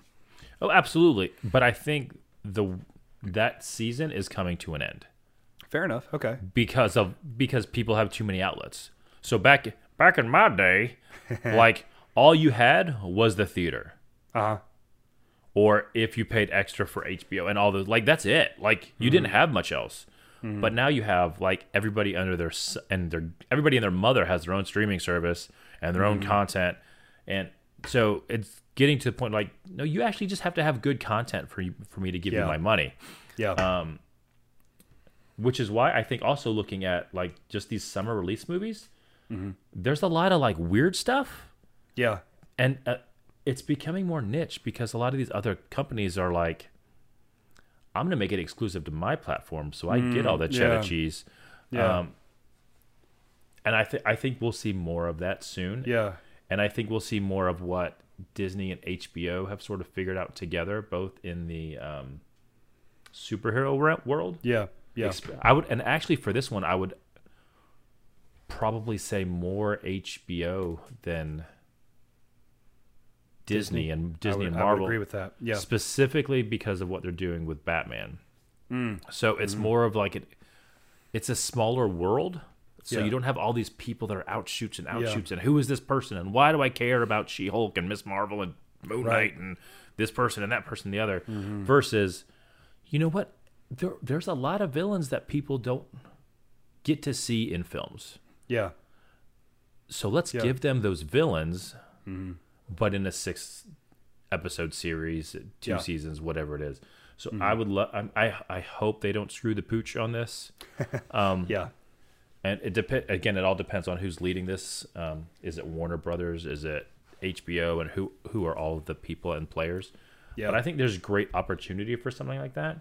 Speaker 3: oh, absolutely. But I think the that season is coming to an end.
Speaker 2: Fair enough. Okay.
Speaker 3: because of because people have too many outlets. So back back in my day, like all you had was the theater.
Speaker 2: Uh-huh.
Speaker 3: Or if you paid extra for HBO and all those, like that's it. Like you
Speaker 2: Mm-hmm.
Speaker 3: didn't have much else. But now you have like everybody under their s- and their everybody and their mother has their own streaming service and their
Speaker 2: Mm-hmm.
Speaker 3: own content, and so it's getting to the point like no, you actually just have to have good content for you, for me to give
Speaker 2: Yeah.
Speaker 3: you my money
Speaker 2: Yeah.
Speaker 3: Um, which is why I think also looking at like just these summer release movies,
Speaker 2: Mm-hmm.
Speaker 3: there's a lot of like weird stuff,
Speaker 2: yeah.
Speaker 3: and uh, it's becoming more niche because a lot of these other companies are like, I'm gonna make it exclusive to my platform, so I get all the cheddar
Speaker 2: Mm, yeah.
Speaker 3: cheese.
Speaker 2: Yeah.
Speaker 3: Um, and I think I think we'll see more of that soon.
Speaker 2: Yeah.
Speaker 3: And I think we'll see more of what Disney and HBO have sort of figured out together, both in the um, superhero re- world
Speaker 2: Yeah. Yeah.
Speaker 3: exp- I would, and actually for this one, I would probably say more HBO than Disney, and
Speaker 2: I
Speaker 3: Disney
Speaker 2: would-
Speaker 3: and
Speaker 2: I would
Speaker 3: Marvel.
Speaker 2: agree with that. Yeah.
Speaker 3: specifically because of what they're doing with Batman.
Speaker 2: Mm.
Speaker 3: So it's
Speaker 2: Mm-hmm.
Speaker 3: more of like it, it's a smaller world. So
Speaker 2: Yeah.
Speaker 3: you don't have all these people that are outshoots and outshoots and who is this person and why do I care about She Hulk and Miss Marvel and Moon
Speaker 2: Right. Mm-hmm.
Speaker 3: Knight and this person and that person and the other versus, you know what? There, there's a lot of villains that people don't get to see in films.
Speaker 2: yeah.
Speaker 3: So let's
Speaker 2: Yeah. Mm-hmm.
Speaker 3: give them those villains, but in a six episode series, two
Speaker 2: Yeah. Mm-hmm.
Speaker 3: seasons, whatever it is. So I would love. I, I I hope they don't screw the pooch on this. um,
Speaker 2: Yeah.
Speaker 3: And it depend again. It all depends on who's leading this. Um, is it Warner Brothers? Is it HBO? And who who are all of the people and players?
Speaker 2: Yeah.
Speaker 3: But I think there's great opportunity for something like that.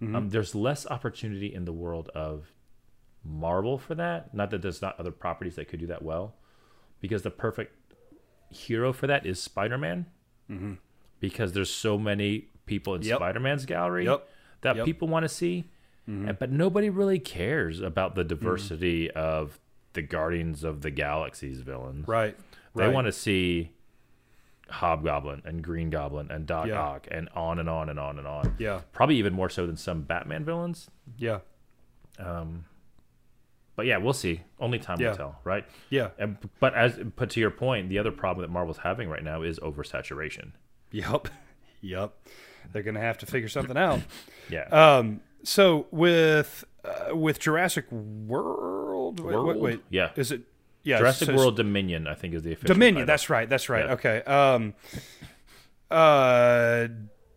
Speaker 2: Mm-hmm.
Speaker 3: Um, there's less opportunity in the world of Marvel for that. Not that there's not other properties that could do that well, because the perfect hero for that is Spider-Man. Because there's so many people in
Speaker 2: Mm-hmm. Yep.
Speaker 3: Spider-Man's gallery
Speaker 2: Yep.
Speaker 3: that
Speaker 2: Yep.
Speaker 3: people want to see,
Speaker 2: Mm-hmm.
Speaker 3: and, but nobody really cares about the diversity of the Guardians of the Galaxy's villains.
Speaker 2: Right.
Speaker 3: They
Speaker 2: right.
Speaker 3: want to see Hobgoblin and Green Goblin and Doc
Speaker 2: Yeah.
Speaker 3: Ock and on and on and on and on.
Speaker 2: Yeah.
Speaker 3: Probably even more so than some Batman villains.
Speaker 2: Yeah.
Speaker 3: But yeah, we'll see. Only time
Speaker 2: Yeah.
Speaker 3: will tell, right?
Speaker 2: Yeah.
Speaker 3: And, but as but to your point, the other problem that Marvel's having right now is oversaturation.
Speaker 2: Yep. Yep. They're gonna have to figure something out.
Speaker 3: Yeah.
Speaker 2: Um. So with uh, with Jurassic World. Wait, Wait,
Speaker 3: World?
Speaker 2: wait.
Speaker 3: Yeah.
Speaker 2: Is it? Yeah.
Speaker 3: Jurassic
Speaker 2: so it's
Speaker 3: World Dominion, I think, is the official
Speaker 2: Dominion.
Speaker 3: title.
Speaker 2: That's right. That's right.
Speaker 3: Yeah.
Speaker 2: Okay. Um. Uh.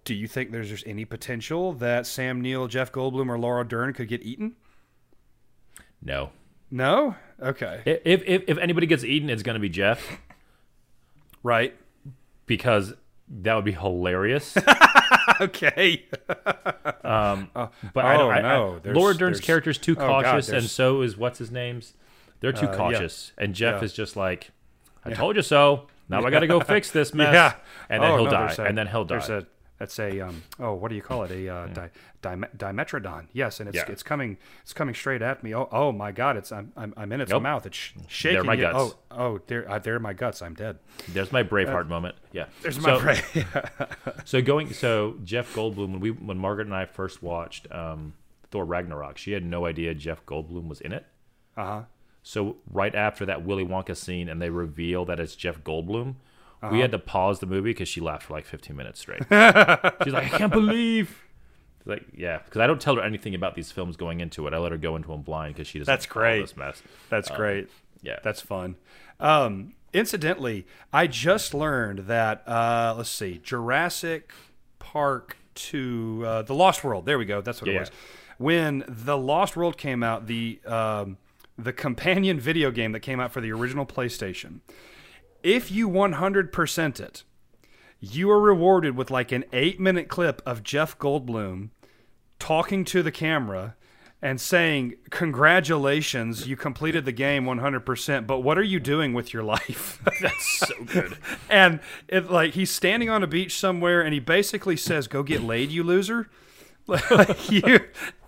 Speaker 2: Do you think there's just any potential that Sam Neill, Jeff Goldblum, or Laura Dern could get eaten?
Speaker 3: no.
Speaker 2: No. Okay.
Speaker 3: I- If if if anybody gets eaten, it's gonna be Jeff
Speaker 2: Right.
Speaker 3: because that would be hilarious.
Speaker 2: Okay.
Speaker 3: But I
Speaker 2: Oh,
Speaker 3: don't I,
Speaker 2: no,
Speaker 3: I,
Speaker 2: there's-
Speaker 3: Laura Dern's
Speaker 2: there's- Oh,
Speaker 3: character's too
Speaker 2: God,
Speaker 3: cautious, and
Speaker 2: there's- Uh,
Speaker 3: so is what's his name's. They're too
Speaker 2: yeah.
Speaker 3: cautious, and Jeff
Speaker 2: Yeah.
Speaker 3: is just like, "I told you so." Now I got to go fix this mess.
Speaker 2: Yeah.
Speaker 3: and then
Speaker 2: Oh,
Speaker 3: he'll
Speaker 2: no,
Speaker 3: die,
Speaker 2: there's a-
Speaker 3: and then he'll die.
Speaker 2: there's a- that's a um, oh, what do you call it? A uh, di, dime- dimetrodon. Yes, and it's
Speaker 3: Yeah.
Speaker 2: it's coming it's coming straight at me. Oh, oh my God! It's I'm I'm, I'm in its
Speaker 3: Yep.
Speaker 2: mouth. It's sh- shaking.
Speaker 3: my
Speaker 2: it.
Speaker 3: guts.
Speaker 2: Oh oh, there uh, there are my guts. I'm dead.
Speaker 3: There's my Braveheart moment. Yeah.
Speaker 2: Uh, There's my
Speaker 3: so,
Speaker 2: prey.
Speaker 3: So going, so Jeff Goldblum, when we when Margaret and I first watched um, Thor Ragnarok, she had no idea Jeff Goldblum was in it.
Speaker 2: uh huh.
Speaker 3: So right after that Willy Wonka scene, and they reveal that it's Jeff Goldblum,
Speaker 2: Uh-huh.
Speaker 3: we had to pause the movie because she laughed for like 15 minutes straight. She's like, I can't believe. Like, yeah, because I don't tell her anything about these films going into it. I let her go into them blind because she doesn't.
Speaker 2: That's
Speaker 3: follow
Speaker 2: great.
Speaker 3: This mess.
Speaker 2: That's great.
Speaker 3: yeah.
Speaker 2: that's fun. Um, incidentally, I just learned that uh, let's see, Jurassic Park to uh, the Lost World. There we go. That's what
Speaker 3: Yeah,
Speaker 2: it
Speaker 3: yeah.
Speaker 2: was. When the Lost World came out, the um, the companion video game that came out for the original PlayStation, if you 100% it, you are rewarded with like an eight minute clip of Jeff Goldblum talking to the camera and saying, Congratulations, you completed the game 100%, but what are you doing with your life?
Speaker 3: That's so good.
Speaker 2: and it, like he's standing on a beach somewhere and he basically says, Go get laid, you loser. like you.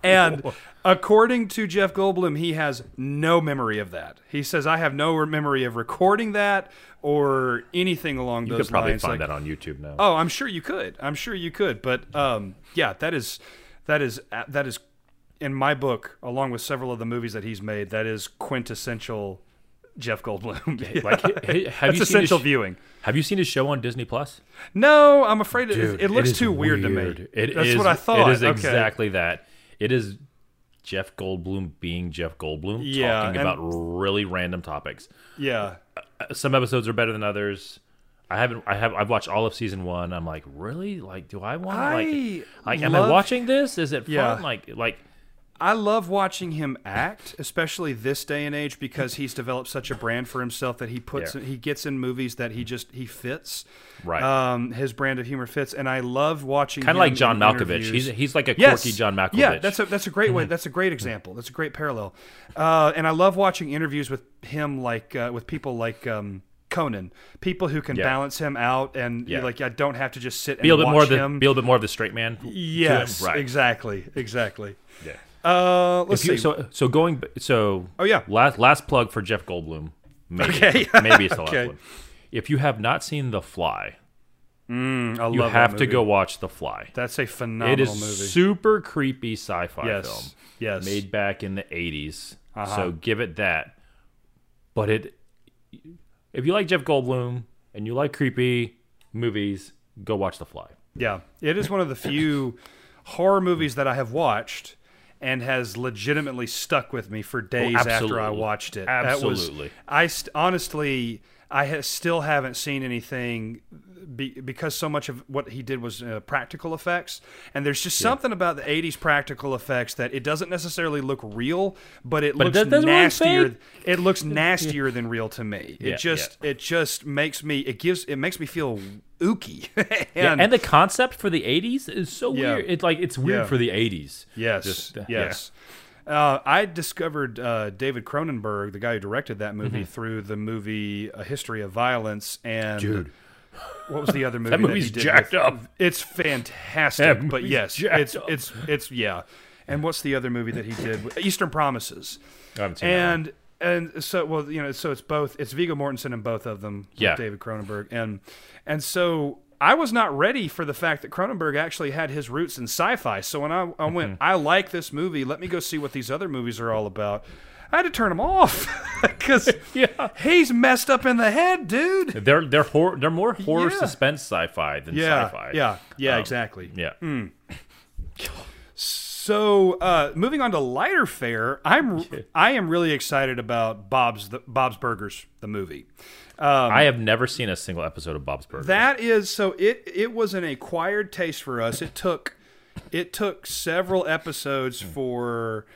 Speaker 2: And according to Jeff Goldblum, he has no memory of that. He says, I have no memory of recording that or anything along
Speaker 3: you
Speaker 2: those
Speaker 3: could probably
Speaker 2: lines.
Speaker 3: find
Speaker 2: Like,
Speaker 3: that on YouTube now.
Speaker 2: Oh, I'm sure you could. I'm sure you could. But um, yeah, that is that is uh, that is in my book, along with several of the movies that he's made, that is quintessential Jeff Goldblum.
Speaker 3: Like, h- h- have
Speaker 2: That's
Speaker 3: you seen his
Speaker 2: essential
Speaker 3: sh-
Speaker 2: viewing.
Speaker 3: Have you seen his show on Disney Plus?
Speaker 2: No, I'm afraid it,
Speaker 3: Dude,
Speaker 2: it looks
Speaker 3: is
Speaker 2: too weird, to me.
Speaker 3: weird. It
Speaker 2: That's
Speaker 3: is-
Speaker 2: what I thought.
Speaker 3: It is
Speaker 2: Okay.
Speaker 3: exactly that. It is Jeff Goldblum being Jeff Goldblum
Speaker 2: Yeah, and-
Speaker 3: talking about really random topics.
Speaker 2: Yeah.
Speaker 3: Uh, Some episodes are better than others. I haven't. I have. I've watched all of season one. I'm like, really? Like, do I want?
Speaker 2: I
Speaker 3: Like, like, am I
Speaker 2: love-
Speaker 3: watching this? Is it fun?
Speaker 2: Yeah.
Speaker 3: Like, like,
Speaker 2: I love watching him act, especially this day and age, because he's developed such a brand for himself that he puts
Speaker 3: Yeah.
Speaker 2: he gets in movies that he just he fits.
Speaker 3: Right.
Speaker 2: Um, his brand of humor fits, and I love watching
Speaker 3: kind of
Speaker 2: him
Speaker 3: like John
Speaker 2: in
Speaker 3: Malkovich.
Speaker 2: interviews.
Speaker 3: He's he's like a
Speaker 2: Yes.
Speaker 3: quirky John Malkovich. Mm-hmm.
Speaker 2: Yeah, that's a that's a great way. That's a great example. That's a great parallel. Uh, and I love watching interviews with him, like uh, with people like um, Conan, people who can
Speaker 3: Yeah.
Speaker 2: balance him out, and you
Speaker 3: Yeah.
Speaker 2: like I don't have to just sit
Speaker 3: be a
Speaker 2: and
Speaker 3: little bit
Speaker 2: watch
Speaker 3: more of the
Speaker 2: him.
Speaker 3: be a little bit more of the straight man. to it.
Speaker 2: yes,
Speaker 3: right.
Speaker 2: exactly, exactly.
Speaker 3: Yeah.
Speaker 2: Uh, let's
Speaker 3: If you-
Speaker 2: see.
Speaker 3: so so going b- so
Speaker 2: Oh, yeah.
Speaker 3: last last plug for Jeff Goldblum. Maybe,
Speaker 2: Okay.
Speaker 3: maybe it's the last
Speaker 2: Okay.
Speaker 3: one. If you have not seen The Fly,
Speaker 2: Mm, I
Speaker 3: you
Speaker 2: love that
Speaker 3: have to
Speaker 2: movie.
Speaker 3: go watch The Fly.
Speaker 2: That's a
Speaker 3: It
Speaker 2: phenomenal
Speaker 3: is
Speaker 2: movie.
Speaker 3: super creepy sci-fi
Speaker 2: yes. Uh-huh.
Speaker 3: film
Speaker 2: Yes.
Speaker 3: made back in the 80s. So give it that. But it if you like Jeff Goldblum and you like creepy movies, go watch The Fly.
Speaker 2: Yeah, it is one of the few horror movies that I have watched and has legitimately stuck with me for days after I
Speaker 3: Oh, absolutely.
Speaker 2: watched it. That was,
Speaker 3: Absolutely.
Speaker 2: I st- honestly, I ha- still haven't seen anything be- because so much of what he did was uh, practical effects, and there's just something about the '80s practical effects that it doesn't necessarily look real, but it
Speaker 3: But
Speaker 2: looks
Speaker 3: that doesn't look
Speaker 2: nastier.
Speaker 3: fake.
Speaker 2: it looks nastier than real to me. It
Speaker 3: Yeah,
Speaker 2: just it just makes me it gives it makes me feel ooky.
Speaker 3: Yeah, and the concept for the 80s is so
Speaker 2: Yeah.
Speaker 3: weird. It's like it's weird
Speaker 2: Yeah.
Speaker 3: for the 80s.
Speaker 2: Yes.
Speaker 3: Just- yeah.
Speaker 2: yes. Uh, I discovered uh, David Cronenberg, the guy who directed that movie,
Speaker 3: Mm-hmm.
Speaker 2: through the movie A History of Violence and
Speaker 3: Dude.
Speaker 2: What was the other movie?
Speaker 3: That
Speaker 2: he
Speaker 3: movie's
Speaker 2: did
Speaker 3: jacked
Speaker 2: with-
Speaker 3: up.
Speaker 2: It's fantastic,
Speaker 3: That
Speaker 2: but
Speaker 3: movie's
Speaker 2: yes,
Speaker 3: jacked
Speaker 2: it's
Speaker 3: up.
Speaker 2: it's it's yeah. And what's the other movie that he did? with- Eastern Promises.
Speaker 3: I haven't seen that one.
Speaker 2: And and so well, you know, so it's both it's Viggo Mortensen in both of them. with
Speaker 3: Yeah.
Speaker 2: David Cronenberg, and and so I was not ready for the fact that Cronenberg actually had his roots in sci-fi. So when I, I went,
Speaker 3: Mm-hmm.
Speaker 2: I like this movie. Let me go see what these other movies are all about. I had to turn him off because
Speaker 3: Yeah.
Speaker 2: he's messed up in the head, dude.
Speaker 3: They're they're horror they're more horror
Speaker 2: Yeah.
Speaker 3: suspense sci-fi than
Speaker 2: Yeah,
Speaker 3: sci-fi.
Speaker 2: yeah, Hmm. yeah,
Speaker 3: Um,
Speaker 2: exactly.
Speaker 3: Yeah.
Speaker 2: So, uh, moving on to lighter fare, I'm I am really excited about Bob's the, Bob's Burgers, the movie.
Speaker 3: I have never seen a single episode of Bob's Burgers.
Speaker 2: Um, That is so it it was an acquired taste for us. It took it took several episodes for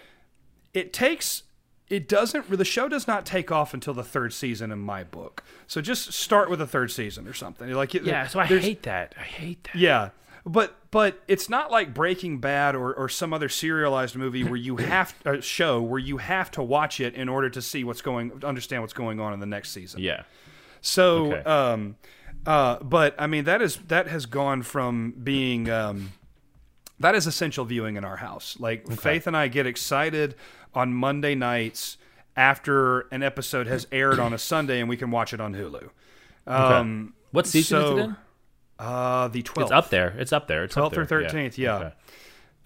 Speaker 2: it takes it doesn't the show does not take off until the third season in my book. So just start with the third season or something. Like it-
Speaker 3: yeah, so I
Speaker 2: there's-
Speaker 3: hate that. I hate that.
Speaker 2: yeah. But but it's not like Breaking Bad or, or some other serialized movie where you have a show where you have to watch it in order to see what's going understand what's going on in the next season.
Speaker 3: Yeah.
Speaker 2: So,
Speaker 3: Okay.
Speaker 2: um, uh, but I mean, that is that has gone from being um, that is essential viewing in our house. Like Faith and I get excited on Monday nights after an episode has aired on a Sunday, and we can watch it on Hulu. Um,
Speaker 3: What season
Speaker 2: so-
Speaker 3: is it in?
Speaker 2: uh, the twelfth,
Speaker 3: It's up there. It's up there. It's up
Speaker 2: 12th or
Speaker 3: there. Yeah.
Speaker 2: 13th, yeah.
Speaker 3: Okay.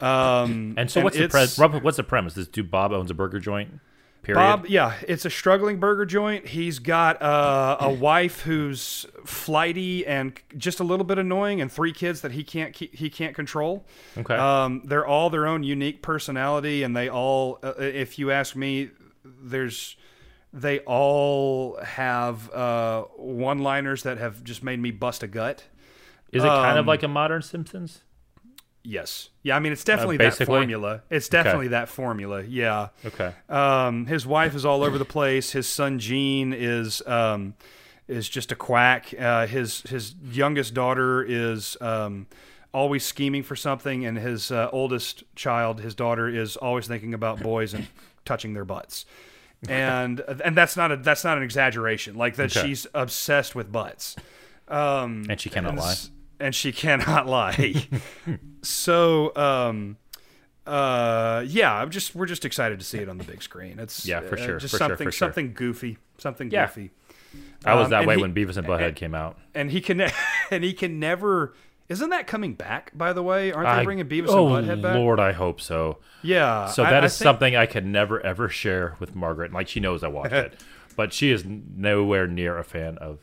Speaker 2: Um,
Speaker 3: And so,
Speaker 2: and
Speaker 3: what's the
Speaker 2: it's-
Speaker 3: premise? What's the premise? This dude Bob owns a burger joint. Period.
Speaker 2: Bob, yeah, it's a struggling burger joint. He's got uh, a wife who's flighty and just a little bit annoying, and three kids that he can't keep, he can't control.
Speaker 3: Okay.
Speaker 2: um, they're all their own unique personality, and they all, uh, if you ask me, there's they all have uh, one-liners that have just made me bust a gut.
Speaker 3: is it kind
Speaker 2: um,
Speaker 3: of like a modern Simpsons?
Speaker 2: Yes, yeah, I mean it's definitely that
Speaker 3: Uh, basically?
Speaker 2: formula. It's definitely that formula. Yeah.
Speaker 3: Okay.
Speaker 2: Um, his wife is all over the place. His son Gene is um, is just a quack. Uh, his his youngest daughter is um, always scheming for something, and his uh, oldest child, his daughter, is always thinking about boys and touching their butts. And and that's not a that's not an exaggeration. Like that,
Speaker 3: Okay.
Speaker 2: she's obsessed with butts. Um,
Speaker 3: And she cannot lie.
Speaker 2: s- and she cannot lie. so, um, uh, yeah, I'm just we're just excited to see it on the big screen. It's
Speaker 3: Yeah, for
Speaker 2: uh,
Speaker 3: sure,
Speaker 2: just
Speaker 3: for sure,
Speaker 2: something
Speaker 3: for sure.
Speaker 2: something goofy, something
Speaker 3: Yeah.
Speaker 2: goofy.
Speaker 3: I was
Speaker 2: um,
Speaker 3: that
Speaker 2: and
Speaker 3: way
Speaker 2: he-
Speaker 3: when Beavis and Butthead came out.
Speaker 2: And he can and he can never. Isn't that coming back? By the way, aren't they
Speaker 3: I-
Speaker 2: bringing Beavis
Speaker 3: oh,
Speaker 2: and Butthead back?
Speaker 3: Lord, I hope so.
Speaker 2: Yeah.
Speaker 3: So
Speaker 2: I-
Speaker 3: that is
Speaker 2: I think-
Speaker 3: something I could never ever share with Margaret. Like she knows I watched it, but she is nowhere near a fan of.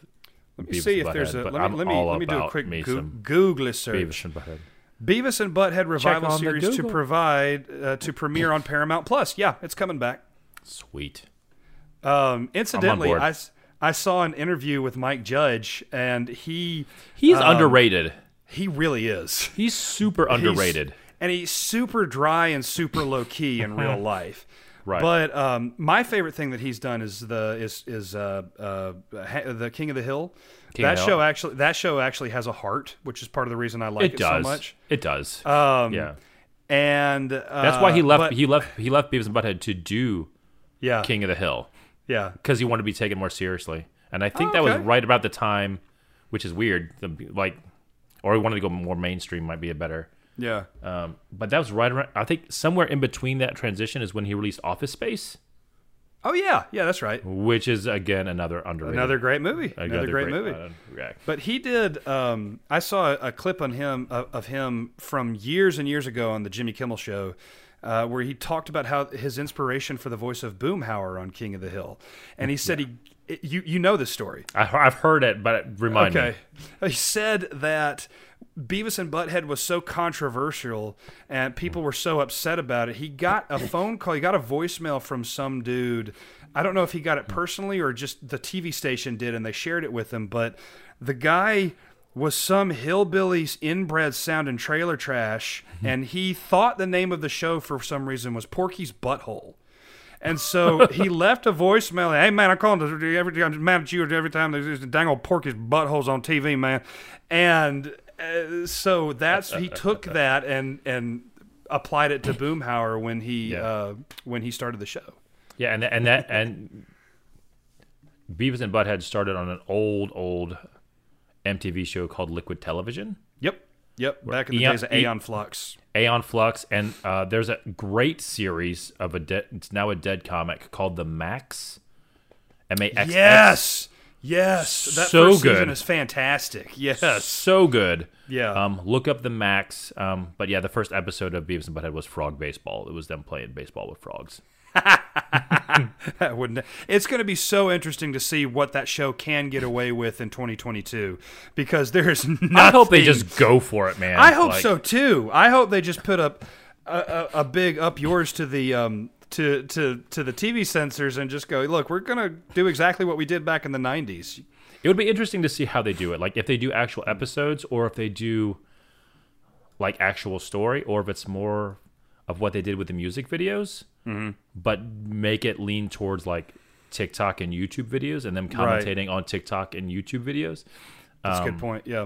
Speaker 3: Let
Speaker 2: Let me see if there's a. Let me let me, let me do a quick
Speaker 3: me
Speaker 2: Goo-
Speaker 3: some
Speaker 2: Google search.
Speaker 3: Beavis and Butthead.
Speaker 2: Beavis and Butthead revival
Speaker 3: on the
Speaker 2: series to
Speaker 3: Google.
Speaker 2: provide uh, to premiere on Paramount Plus. Yeah, it's coming back.
Speaker 3: Sweet.
Speaker 2: Um, incidentally,
Speaker 3: board.
Speaker 2: I, s- I saw an interview with Mike Judge, and he
Speaker 3: He's underrated.
Speaker 2: he really is
Speaker 3: He's super
Speaker 2: Um, He's-
Speaker 3: underrated.
Speaker 2: and he's super dry and super low key in real life.
Speaker 3: Right.
Speaker 2: But um, my favorite thing that he's done is the is is uh, uh, ha- the King of the Hill.
Speaker 3: King
Speaker 2: that
Speaker 3: of the
Speaker 2: show
Speaker 3: Hill.
Speaker 2: actually that show actually has a heart, which is part of the reason I like
Speaker 3: It
Speaker 2: it,
Speaker 3: does.
Speaker 2: so much.
Speaker 3: It does.
Speaker 2: Um,
Speaker 3: yeah.
Speaker 2: And uh,
Speaker 3: That's why he left.
Speaker 2: but-
Speaker 3: he left. He left Beavis and Butthead to do
Speaker 2: yeah.
Speaker 3: King of the Hill
Speaker 2: Yeah.
Speaker 3: because he wanted to be taken more seriously, and I think
Speaker 2: Oh,
Speaker 3: that was
Speaker 2: okay.
Speaker 3: right about the time, which is weird. The, like, or he wanted to go more mainstream might be a better
Speaker 2: Yeah.
Speaker 3: Um, but that was right around. I think somewhere in between that transition is when he released Office Space,
Speaker 2: Oh yeah, yeah, that's right.
Speaker 3: which is again another underrated,
Speaker 2: Another great movie. Another, great, movie.
Speaker 3: uh, yeah.
Speaker 2: But he did. Um, I saw a clip on him of, of him from years and years ago on the Jimmy Kimmel Show, uh, where he talked about how his inspiration for the voice of Boomhauer on King of the Hill, and he said he, you you know this story.
Speaker 3: I, I've heard it, but remind
Speaker 2: Okay,
Speaker 3: me.
Speaker 2: he said that Beavis and Butthead was so controversial, and people were so upset about it. He got a phone call. He got a voicemail from some dude. I don't know if he got it personally or just the TV station did, and they shared it with him. But the guy was some hillbilly's inbred sound and trailer trash, and he thought the name of the show for some reason was Porky's Butthole. And so he left a voicemail. Hey man, I called every time I'm mad at you every time there's a dang old porky's buttholes on TV, man. And uh, so that's he took that and and applied it to Boomhauer when he
Speaker 3: Yeah.
Speaker 2: uh, when he started the show.
Speaker 3: Yeah, and and that and Beavis and Butthead started on an old old MTV show called Liquid Television.
Speaker 2: Yep, yep. Back in the
Speaker 3: Eon-
Speaker 2: days of
Speaker 3: E-
Speaker 2: Aeon Flux.
Speaker 3: Aeon Flux, and uh, there's a great series of a dead. It's now a dead comic called the Max. M A X.
Speaker 2: Yes, yes. That
Speaker 3: So
Speaker 2: first season
Speaker 3: good.
Speaker 2: is fantastic. Yes.
Speaker 3: so good.
Speaker 2: Yeah.
Speaker 3: Um, look up the Max. Um, but yeah, the first episode of Beavis and Butthead was frog baseball. It was them playing baseball with frogs.
Speaker 2: That wouldn't. It's going to be so interesting to see what that show can get away with in 2022 because there is nothing.
Speaker 3: I hope they just go for it, man.
Speaker 2: I hope
Speaker 3: Like,
Speaker 2: so too. I hope they just put up a, a, a big up yours to the um to to to the TV censors and just go look. We're gonna do exactly what we did back in the 90s.
Speaker 3: It would be interesting to see how they do it. Like if they do actual episodes, or if they do like actual story, or if it's more of what they did with the music videos,
Speaker 2: Mm-hmm.
Speaker 3: but make it lean towards like TikTok and YouTube videos, and them
Speaker 2: Right.
Speaker 3: commentating on TikTok and YouTube videos.
Speaker 2: That's
Speaker 3: Um,
Speaker 2: a good point. Yeah.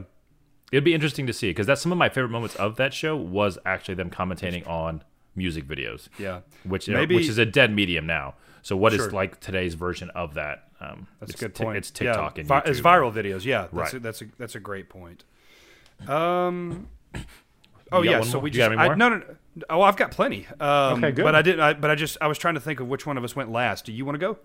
Speaker 3: It'd be interesting to see because that's some of my favorite moments of that show was actually them commentating on music videos.
Speaker 2: Yeah.
Speaker 3: which you know,
Speaker 2: Maybe-
Speaker 3: which is a dead medium now. So what is
Speaker 2: Sure.
Speaker 3: like today's version of that? Um, that's
Speaker 2: It's a good point.
Speaker 3: It's TikTok
Speaker 2: yeah.
Speaker 3: and
Speaker 2: Vi-
Speaker 3: YouTube.
Speaker 2: it's viral videos. Yeah, that's
Speaker 3: Right.
Speaker 2: A, that's a that's a great point. Um. Oh
Speaker 3: You got
Speaker 2: yeah,
Speaker 3: one
Speaker 2: so
Speaker 3: more?
Speaker 2: we
Speaker 3: You
Speaker 2: just
Speaker 3: got any
Speaker 2: I-
Speaker 3: more?
Speaker 2: no, no no. Oh, I've got plenty. Um,
Speaker 3: Okay, good.
Speaker 2: But I didn't. I, but I just I was trying to think of which one of us went last. Do you want to go?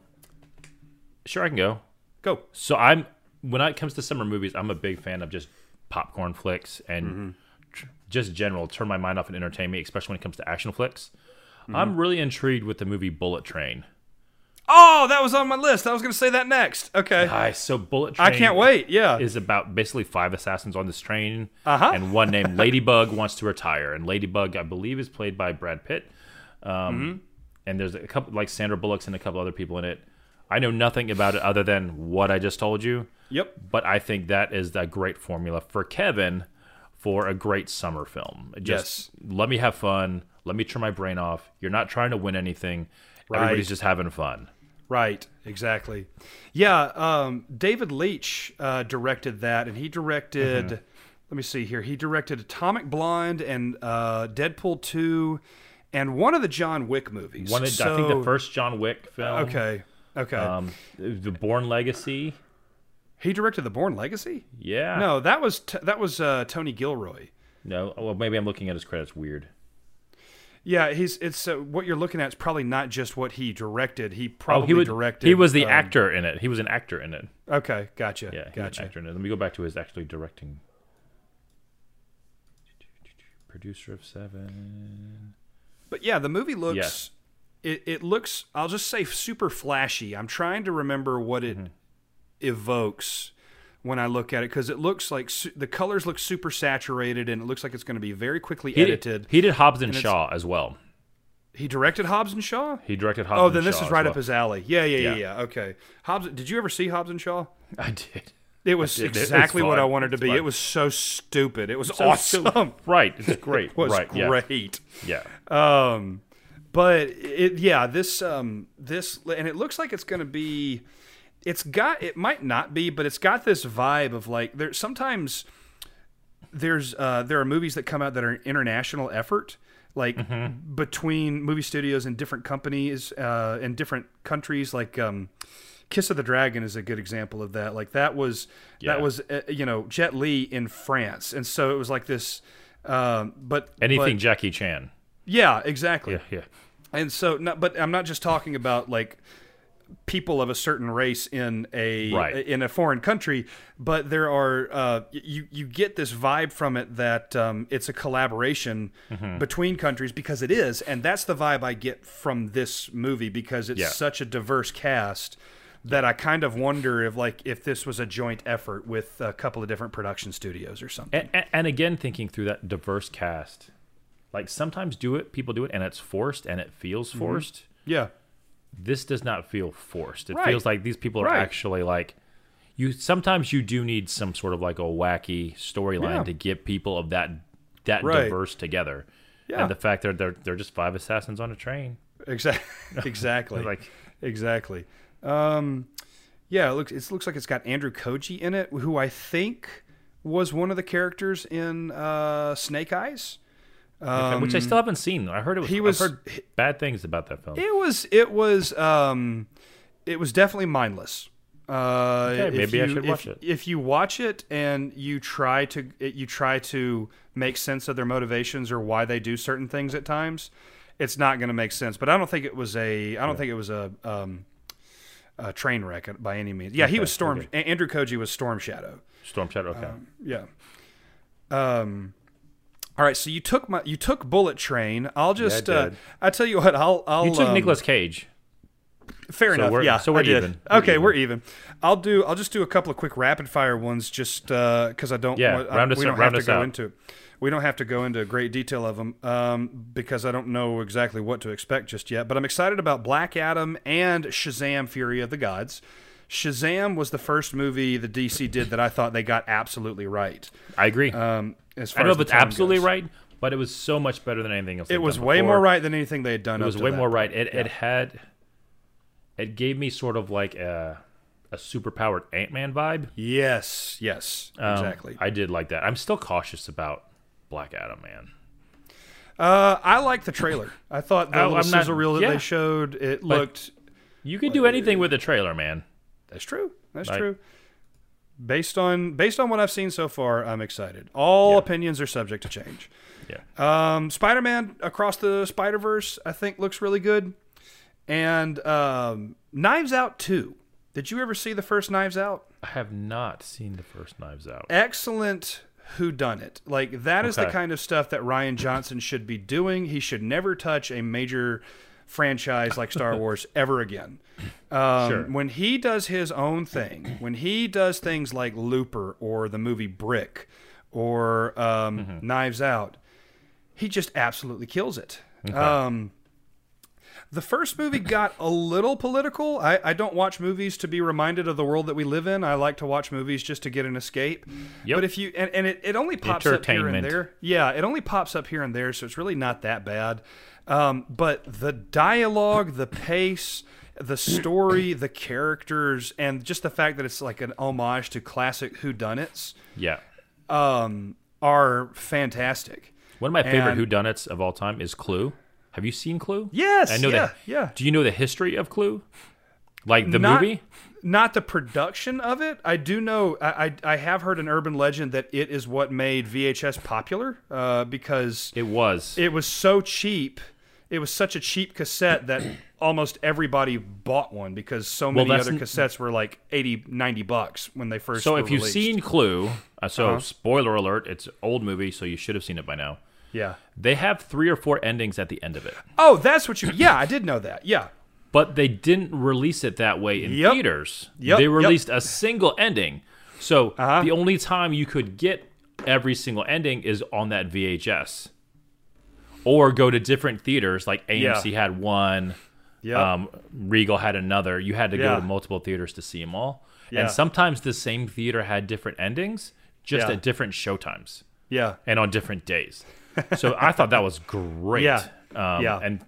Speaker 3: Sure, I can go.
Speaker 2: Go.
Speaker 3: So I'm when it comes to summer movies, I'm a big fan of just popcorn flicks and
Speaker 2: Mm-hmm.
Speaker 3: tr- just general turn my mind off and entertain me, especially when it comes to action flicks.
Speaker 2: Mm-hmm.
Speaker 3: I'm really intrigued with the movie Bullet Train.
Speaker 2: Oh, that was on my list. I was going to say that next. Okay.
Speaker 3: Hi, so Bullet Train.
Speaker 2: I can't wait. Yeah.
Speaker 3: Is about basically five assassins on this train,
Speaker 2: Uh-huh.
Speaker 3: and one named Ladybug wants to retire, and Ladybug I believe is played by Brad Pitt. Um,
Speaker 2: Mm-hmm.
Speaker 3: And there's a couple like Sandra Bullock's and a couple other people in it. I know nothing about it other than what I just told you.
Speaker 2: Yep.
Speaker 3: But I think that is a great formula for Kevin for a great summer film. Just let me have fun. Let me turn my brain off. You're not trying to win anything. Everybody's
Speaker 2: Right.
Speaker 3: just having fun.
Speaker 2: Right, exactly. Yeah, um, David Leitch uh, directed that, and he directed.
Speaker 3: Mm-hmm.
Speaker 2: Let me see here. He directed Atomic Blonde and uh, Deadpool two, and one of the John Wick movies.
Speaker 3: One, of- I think the
Speaker 2: So-
Speaker 3: first John Wick film.
Speaker 2: Okay, okay.
Speaker 3: Um, the Born Legacy.
Speaker 2: he directed The Born Legacy.
Speaker 3: Yeah.
Speaker 2: No, that was t- that was uh, Tony Gilroy.
Speaker 3: No. Well, maybe I'm looking at his credits weird. Oh,
Speaker 2: Yeah, he's it's uh, what you're looking at is probably not just what he directed. He
Speaker 3: Oh,
Speaker 2: probably
Speaker 3: he was
Speaker 2: directed.
Speaker 3: He was the
Speaker 2: um,
Speaker 3: actor in it. He was an actor in it.
Speaker 2: Okay, gotcha.
Speaker 3: Yeah, he was an
Speaker 2: gotcha.
Speaker 3: actor in it. Let me go back to his actually directing. Producer of Seven.
Speaker 2: But yeah, the movie looks
Speaker 3: Yes.
Speaker 2: it, it looks I'll just say super flashy. I'm trying to remember what it
Speaker 3: Mm-hmm.
Speaker 2: evokes when I look at it cuz it looks like su- the colors look super saturated and it looks like it's going to be very quickly
Speaker 3: He
Speaker 2: edited.
Speaker 3: did, he did Hobbs and
Speaker 2: it's-
Speaker 3: Shaw as well.
Speaker 2: He directed Hobbs and Shaw?
Speaker 3: He directed Hobbs.
Speaker 2: Oh,
Speaker 3: and
Speaker 2: then this
Speaker 3: Shaw
Speaker 2: is
Speaker 3: as
Speaker 2: right
Speaker 3: well.
Speaker 2: up his alley. Yeah, yeah, yeah,
Speaker 3: Yeah.
Speaker 2: yeah. Okay. Hobbs Did you ever see Hobbs and Shaw?
Speaker 3: I did.
Speaker 2: It was
Speaker 3: did. It's
Speaker 2: exactly what
Speaker 3: fun.
Speaker 2: I wanted to
Speaker 3: It's
Speaker 2: be.
Speaker 3: fun.
Speaker 2: It was so stupid. It was
Speaker 3: So
Speaker 2: awesome.
Speaker 3: stupid. Right. It's great.
Speaker 2: It was
Speaker 3: right. Yeah.
Speaker 2: great.
Speaker 3: Yeah.
Speaker 2: Um, but it, yeah, this um, this and it looks like it's going to be. It's got it might not be, but it's got this vibe of like there sometimes there's uh, there are movies that come out that are an international effort like
Speaker 3: Mm-hmm.
Speaker 2: between movie studios and different companies uh, in different countries like um, kiss of the dragon is a good example of that like that was
Speaker 3: Yeah.
Speaker 2: that was uh, you know jet li in france and so it was like this Um, but
Speaker 3: Anything
Speaker 2: but-
Speaker 3: Jackie Chan.
Speaker 2: yeah, exactly.
Speaker 3: Yeah, yeah.
Speaker 2: And so, no, but I'm not just talking about like people of a certain race in a
Speaker 3: Right.
Speaker 2: in a foreign country, but there are uh, y- you you get this vibe from it that um, it's a collaboration
Speaker 3: Mm-hmm.
Speaker 2: between countries because it is, and that's the vibe I get from this movie because it's
Speaker 3: Yeah.
Speaker 2: such a diverse cast. That I kind of wonder if, like, if this was a joint effort with a couple of different production studios or something.
Speaker 3: And, and, and again, thinking through that diverse cast, like sometimes do it, people do it, and it's forced and it feels
Speaker 2: Mm-hmm.
Speaker 3: forced.
Speaker 2: Yeah,
Speaker 3: This does not feel forced. It
Speaker 2: Right.
Speaker 3: feels like these people are
Speaker 2: Right.
Speaker 3: actually like you. Sometimes you do need some sort of like a wacky storyline
Speaker 2: Yeah.
Speaker 3: to get people of that that
Speaker 2: Right.
Speaker 3: diverse together.
Speaker 2: Yeah.
Speaker 3: And the fact that they're they're just five assassins on a train.
Speaker 2: exactly, exactly.
Speaker 3: Like
Speaker 2: Exactly. Um, yeah, it looks it looks like it's got Andrew Koji in it, who I think was one of the characters in uh, Snake Eyes.
Speaker 3: which I still haven't seen. I heard it was.
Speaker 2: Um, he
Speaker 3: I've
Speaker 2: was-
Speaker 3: heard bad things about that film.
Speaker 2: It was it was um, it was definitely mindless. Uh,
Speaker 3: Okay,
Speaker 2: if
Speaker 3: maybe
Speaker 2: you,
Speaker 3: I should
Speaker 2: if-
Speaker 3: watch it.
Speaker 2: If you watch it and you try to you try to make sense of their motivations or why they do certain things at times, it's not going to make sense. But I don't think it was a I don't think it was a um, a train wreck by any means. Yeah, he was Storm. A- Andrew Koji was Storm Shadow.
Speaker 3: Storm Shadow. Okay.
Speaker 2: Yeah. Um. All right, so you took my you took Bullet Train. I'll just uh,
Speaker 3: did.
Speaker 2: I tell you what I'll I'll
Speaker 3: you took
Speaker 2: um,
Speaker 3: Nicolas Cage.
Speaker 2: Fair enough.
Speaker 3: we're-
Speaker 2: yeah.
Speaker 3: so we're
Speaker 2: I did.
Speaker 3: even. We're
Speaker 2: Okay,
Speaker 3: even.
Speaker 2: we're even. I'll do. I'll just do a couple of quick rapid fire ones, just because I don't.
Speaker 3: Yeah,
Speaker 2: Want, I-
Speaker 3: round us
Speaker 2: we
Speaker 3: up-
Speaker 2: don't
Speaker 3: round
Speaker 2: have
Speaker 3: us
Speaker 2: to go
Speaker 3: out.
Speaker 2: into. We don't have to go into great detail of them um, because I don't know exactly what to expect just yet. But I'm excited about Black Adam and Shazam: Fury of the Gods. Shazam was the first movie the DC did that I thought they got absolutely right.
Speaker 3: I agree.
Speaker 2: Um, as far
Speaker 3: I don't know
Speaker 2: as
Speaker 3: if
Speaker 2: the
Speaker 3: it's
Speaker 2: tone
Speaker 3: absolutely
Speaker 2: goes.
Speaker 3: right, but it was so much better than anything else.
Speaker 2: It was way more right than anything they had done.
Speaker 3: It was way more right. It it had it gave me sort of like a a superpowered Ant Man vibe.
Speaker 2: Yes. Yes.
Speaker 3: Um,
Speaker 2: exactly.
Speaker 3: I did like that. I'm still cautious about Black Adam, man.
Speaker 2: Uh, I like the trailer. I thought the
Speaker 3: Oh,
Speaker 2: little
Speaker 3: I'm not-
Speaker 2: sizzle reel that they
Speaker 3: yeah.
Speaker 2: showed it looked.
Speaker 3: You can do anything with a trailer, man.
Speaker 2: That's true. That's
Speaker 3: Like-
Speaker 2: true. Based on based on what I've seen so far, I'm excited. All opinions are subject to change.
Speaker 3: Yeah.
Speaker 2: Um, Spider Man across the Spider Verse, I think, looks really good. And um, Knives Out two. Did you ever see the first Knives Out?
Speaker 3: I have not seen the first Knives Out.
Speaker 2: excellent who done it like that is the
Speaker 3: Okay.
Speaker 2: kind of stuff that ryan johnson should be doing he should never touch a major franchise like star wars ever again um,
Speaker 3: Sure.
Speaker 2: when he does his own thing when he does things like looper or the movie brick or um,
Speaker 3: Mm-hmm.
Speaker 2: knives out he just absolutely kills it um, the first movie got a little political. I, I don't watch movies to be reminded of the world that we live in. I like to watch movies just to get an escape.
Speaker 3: Yep.
Speaker 2: But if you and, and it, it only pops up here and
Speaker 3: Entertainment.
Speaker 2: there. Yeah, it only pops up here and there, so it's really not that bad. Um, but the dialogue, the pace, the story, the characters, and just the fact that it's like an homage to classic whodunits
Speaker 3: Yeah.
Speaker 2: um, are fantastic.
Speaker 3: One of my favorite
Speaker 2: And-
Speaker 3: whodunits of all time is Clue. Have you seen Clue?
Speaker 2: Yes,
Speaker 3: I know
Speaker 2: yeah,
Speaker 3: that.
Speaker 2: yeah.
Speaker 3: Do you know the history of Clue? Like the
Speaker 2: Not-
Speaker 3: movie?
Speaker 2: not the production of it. I do know. I, I I have heard an urban legend that it is what made VHS popular uh, because
Speaker 3: It was.
Speaker 2: it was so cheap. It was such a cheap cassette that almost everybody bought one because so many
Speaker 3: that's
Speaker 2: other
Speaker 3: n-
Speaker 2: cassettes were like 80, 90 bucks when they first.
Speaker 3: So
Speaker 2: were
Speaker 3: if you've
Speaker 2: released.
Speaker 3: seen Clue, uh, so spoiler alert, it's an old movie, so you should have seen it by now.
Speaker 2: yeah.
Speaker 3: They have three or four endings at the end of it,
Speaker 2: Oh, that's what you. Yeah, I did know that. Yeah,
Speaker 3: but they didn't release it that way in
Speaker 2: Yep.
Speaker 3: theaters.
Speaker 2: Yep,
Speaker 3: They
Speaker 2: yep.
Speaker 3: released a single ending. So
Speaker 2: Uh-huh.
Speaker 3: the only time you could get every single ending is on that VHS, or go to different theaters. Like AMC had one,
Speaker 2: yeah,
Speaker 3: um, Regal had another. You had to
Speaker 2: Yeah.
Speaker 3: go to multiple theaters to see them all,
Speaker 2: Yeah.
Speaker 3: and sometimes the same theater had different endings, just
Speaker 2: Yeah.
Speaker 3: at different showtimes.
Speaker 2: yeah.
Speaker 3: and on different days. So I thought that was great.
Speaker 2: Yeah.
Speaker 3: Um,
Speaker 2: Yeah.
Speaker 3: And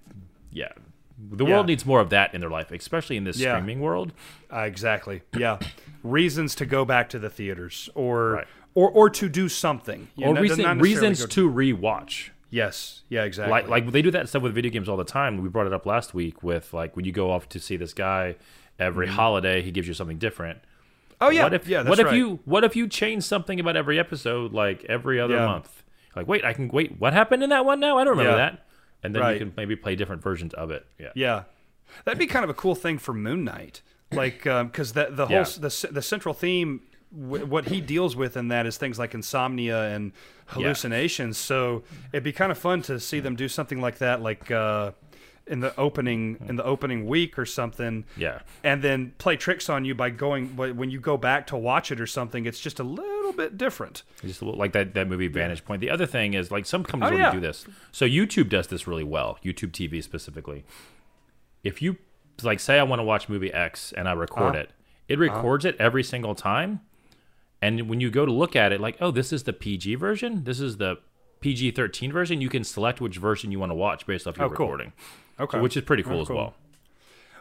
Speaker 3: yeah, the
Speaker 2: Yeah.
Speaker 3: world needs more of that in their life, especially in this
Speaker 2: Yeah.
Speaker 3: streaming world.
Speaker 2: Uh, exactly. Yeah, reasons to go back to the theaters or
Speaker 3: Right.
Speaker 2: or or to do something You
Speaker 3: Or
Speaker 2: know,
Speaker 3: reason-
Speaker 2: not necessarily
Speaker 3: reasons
Speaker 2: go
Speaker 3: to, rewatch.
Speaker 2: Yes. Yeah. Exactly.
Speaker 3: Like, like they do that stuff with video games all the time. We brought it up last week with like when you go off to see this guy every holiday, he gives you something different.
Speaker 2: Mm-hmm. oh yeah.
Speaker 3: What if
Speaker 2: yeah. That's
Speaker 3: what if
Speaker 2: right.
Speaker 3: you what if you change something about every episode like every other
Speaker 2: Yeah.
Speaker 3: month? Like, wait, I can wait. What happened in that one now? I don't remember
Speaker 2: Yeah.
Speaker 3: that. And then
Speaker 2: Right.
Speaker 3: you can maybe play different versions of it. Yeah.
Speaker 2: Yeah, that'd be kind of a cool thing for Moon Knight, like because the the whole
Speaker 3: Yeah.
Speaker 2: s the c- the central theme, w- what he deals with in that is things like insomnia and hallucinations. So it'd be kind of fun to see them do something like that, like uh, in the opening in the opening week or something.
Speaker 3: Yeah.
Speaker 2: and then play tricks on you by going wh- when you go back to watch it or something. It's just a little bit different.
Speaker 3: Just a little- like that, that movie Vantage Point. The other thing is like some companies
Speaker 2: Oh,
Speaker 3: already
Speaker 2: yeah.
Speaker 3: do this. So YouTube does this really well. YouTube TV specifically. If you like say I want to watch movie X and I record
Speaker 2: Uh-huh.
Speaker 3: it, it records it every single time. And when you go to look at it, like, oh, this is the PG version, this is the PG thirteen version, you can select which version you want to watch based off your
Speaker 2: Oh, cool.
Speaker 3: recording.
Speaker 2: Okay,
Speaker 3: Which is pretty cool as
Speaker 2: cool.
Speaker 3: well.